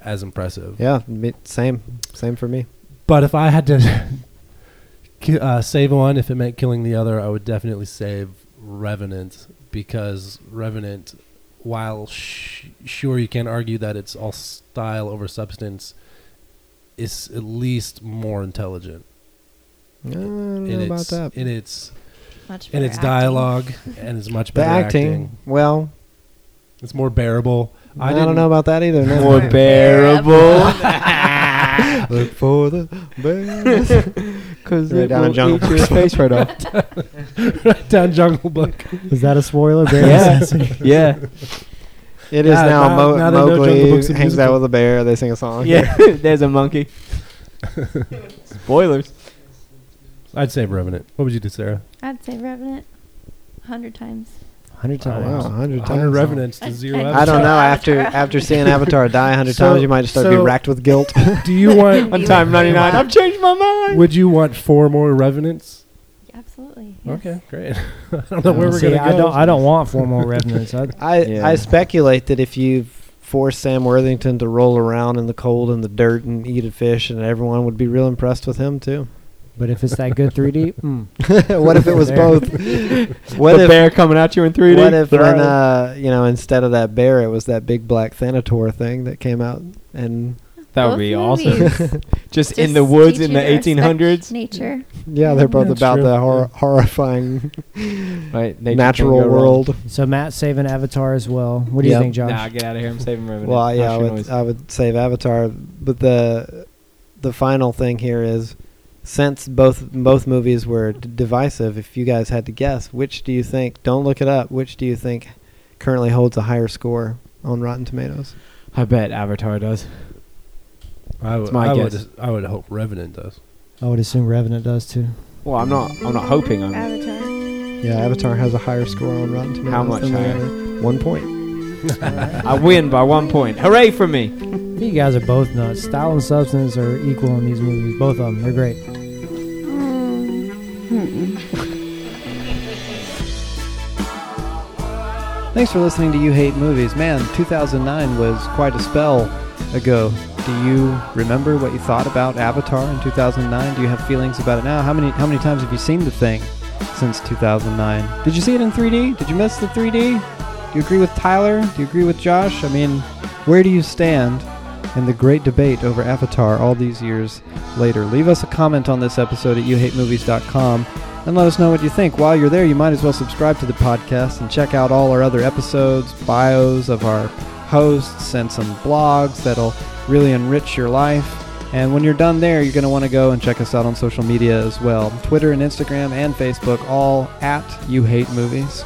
Speaker 2: as impressive.
Speaker 1: yeah, me- same, same for me.
Speaker 2: But if I had to <laughs> ki- uh, save one, if it meant killing the other, I would definitely save Revenant because Revenant, while sh- sure you can argue that it's all style over substance, is at least more intelligent
Speaker 1: I don't
Speaker 2: in
Speaker 1: know about
Speaker 2: its
Speaker 1: that.
Speaker 2: in its
Speaker 3: Much
Speaker 2: in
Speaker 3: better
Speaker 2: its
Speaker 3: acting.
Speaker 2: dialogue and is much
Speaker 1: the
Speaker 2: better
Speaker 1: acting,
Speaker 2: acting.
Speaker 1: well,
Speaker 2: It's more bearable.
Speaker 1: I,
Speaker 2: didn't-
Speaker 1: don't know about that either. no.
Speaker 4: more
Speaker 1: <laughs>
Speaker 2: <laughs>
Speaker 3: More
Speaker 4: bearable.
Speaker 1: Look for the bears.
Speaker 4: Because
Speaker 1: Right down a jungle
Speaker 2: <laughs>
Speaker 1: book.
Speaker 4: face right off.
Speaker 1: <laughs>
Speaker 2: down Jungle Book.
Speaker 5: Is that a spoiler? Barry?
Speaker 4: yeah, yeah,
Speaker 1: It is
Speaker 2: Yeah,
Speaker 1: now,
Speaker 2: now-
Speaker 1: Mo-
Speaker 2: now they know Jungle
Speaker 1: Mowgli
Speaker 2: Book's a
Speaker 1: hangs out
Speaker 2: musical.
Speaker 1: with a bear. They sing a song. <laughs>
Speaker 4: yeah. <laughs> There's a monkey. Spoilers.
Speaker 2: I'd save Revenant. What would you do, Sarah?
Speaker 3: I'd say Revenant, hundred times.
Speaker 5: hundred times.
Speaker 1: Oh, Wow, 100 times.
Speaker 2: 100 revenants to zero
Speaker 1: I
Speaker 2: Avatar.
Speaker 1: don't know. After
Speaker 3: Avatar.
Speaker 1: after
Speaker 4: <laughs>
Speaker 1: seeing Avatar die a hundred
Speaker 2: So-
Speaker 1: times, you might start to
Speaker 2: so-
Speaker 1: be racked with guilt.
Speaker 2: Do you want?
Speaker 1: On time ninety nine, I've changed my mind.
Speaker 2: Would you want four more revenants?
Speaker 3: Absolutely.
Speaker 2: Okay, great. <laughs> I don't know where we're
Speaker 5: See,
Speaker 2: gonna
Speaker 5: I
Speaker 2: go.
Speaker 5: don't. I don't want four more revenants. I,
Speaker 1: I
Speaker 4: Yeah.
Speaker 1: I speculate that if you force Sam Worthington to roll around in the cold and the dirt and eat a fish, and everyone would be real impressed with him too. <laughs>
Speaker 5: but if it's that good
Speaker 2: <laughs>
Speaker 5: 3D, mm,
Speaker 1: what if it was
Speaker 5: There.
Speaker 1: both?
Speaker 4: <laughs>
Speaker 1: What
Speaker 4: the
Speaker 1: if
Speaker 4: bear coming at you in 3D.
Speaker 1: what if when uh you know instead of that bear it was that big black Thanator thing that came out and
Speaker 4: that
Speaker 3: Both
Speaker 4: would be
Speaker 3: <laughs>
Speaker 4: awesome.
Speaker 3: movies
Speaker 4: <laughs> Just, in
Speaker 3: just
Speaker 4: the woods
Speaker 3: teach
Speaker 4: in
Speaker 3: you
Speaker 4: the
Speaker 3: to respect
Speaker 4: 1800s.
Speaker 3: Nature.
Speaker 1: yeah they're both
Speaker 2: That's
Speaker 1: about
Speaker 2: true.
Speaker 1: the hor- horrifying
Speaker 4: Right, nature
Speaker 1: natural
Speaker 4: can't go wrong.
Speaker 1: world.
Speaker 5: so Matt's saving Avatar as well. What do
Speaker 1: Yep.
Speaker 5: you think, Josh?
Speaker 4: Nah, get out of here. I'm saving revenue.
Speaker 1: Well, yeah, uh, I
Speaker 4: Ocean
Speaker 1: would,
Speaker 4: noise.
Speaker 1: I would save Avatar, but the the final thing here is since both both movies were d- divisive, if you guys had to guess, which do you think? Don't look it up. Which do you think currently holds a higher score on Rotten Tomatoes?
Speaker 4: I bet Avatar does.
Speaker 2: I would.
Speaker 4: It's my
Speaker 2: I
Speaker 4: guess.
Speaker 2: would. I would hope revenant does.
Speaker 5: I would assume Revenant does too.
Speaker 4: Well, I'm not. I'm not hoping on it.
Speaker 6: Avatar.
Speaker 1: Yeah, Avatar has a higher score on Rotten Tomatoes.
Speaker 4: How much
Speaker 1: than the
Speaker 4: higher?
Speaker 1: other. One point.
Speaker 4: I uh, win by one point. Hooray for me!
Speaker 5: You guys are both nuts. Style and substance are equal in these movies. Both of them. They're great.
Speaker 7: Thanks for listening to You Hate Movies. Man, 2009 was quite a spell ago. Do you remember what you thought about Avatar in 2009? Do you have feelings about it now? How many how many times have you seen the thing since 2009? Did you see it in 3D? Did you miss the 3D? Do you agree with Tyler? Do you agree with Josh? I mean, where do you stand in the great debate over Avatar all these years later? Leave us a comment on this episode at youhatemovies.com and let us know what you think. While you're there, you might as well subscribe to the podcast and check out all our other episodes, bios of our hosts, and some blogs that'll really enrich your life. And when you're done there, you're going to want to go and check us out on social media as well Twitter and Instagram and Facebook, all at You Hate Movies.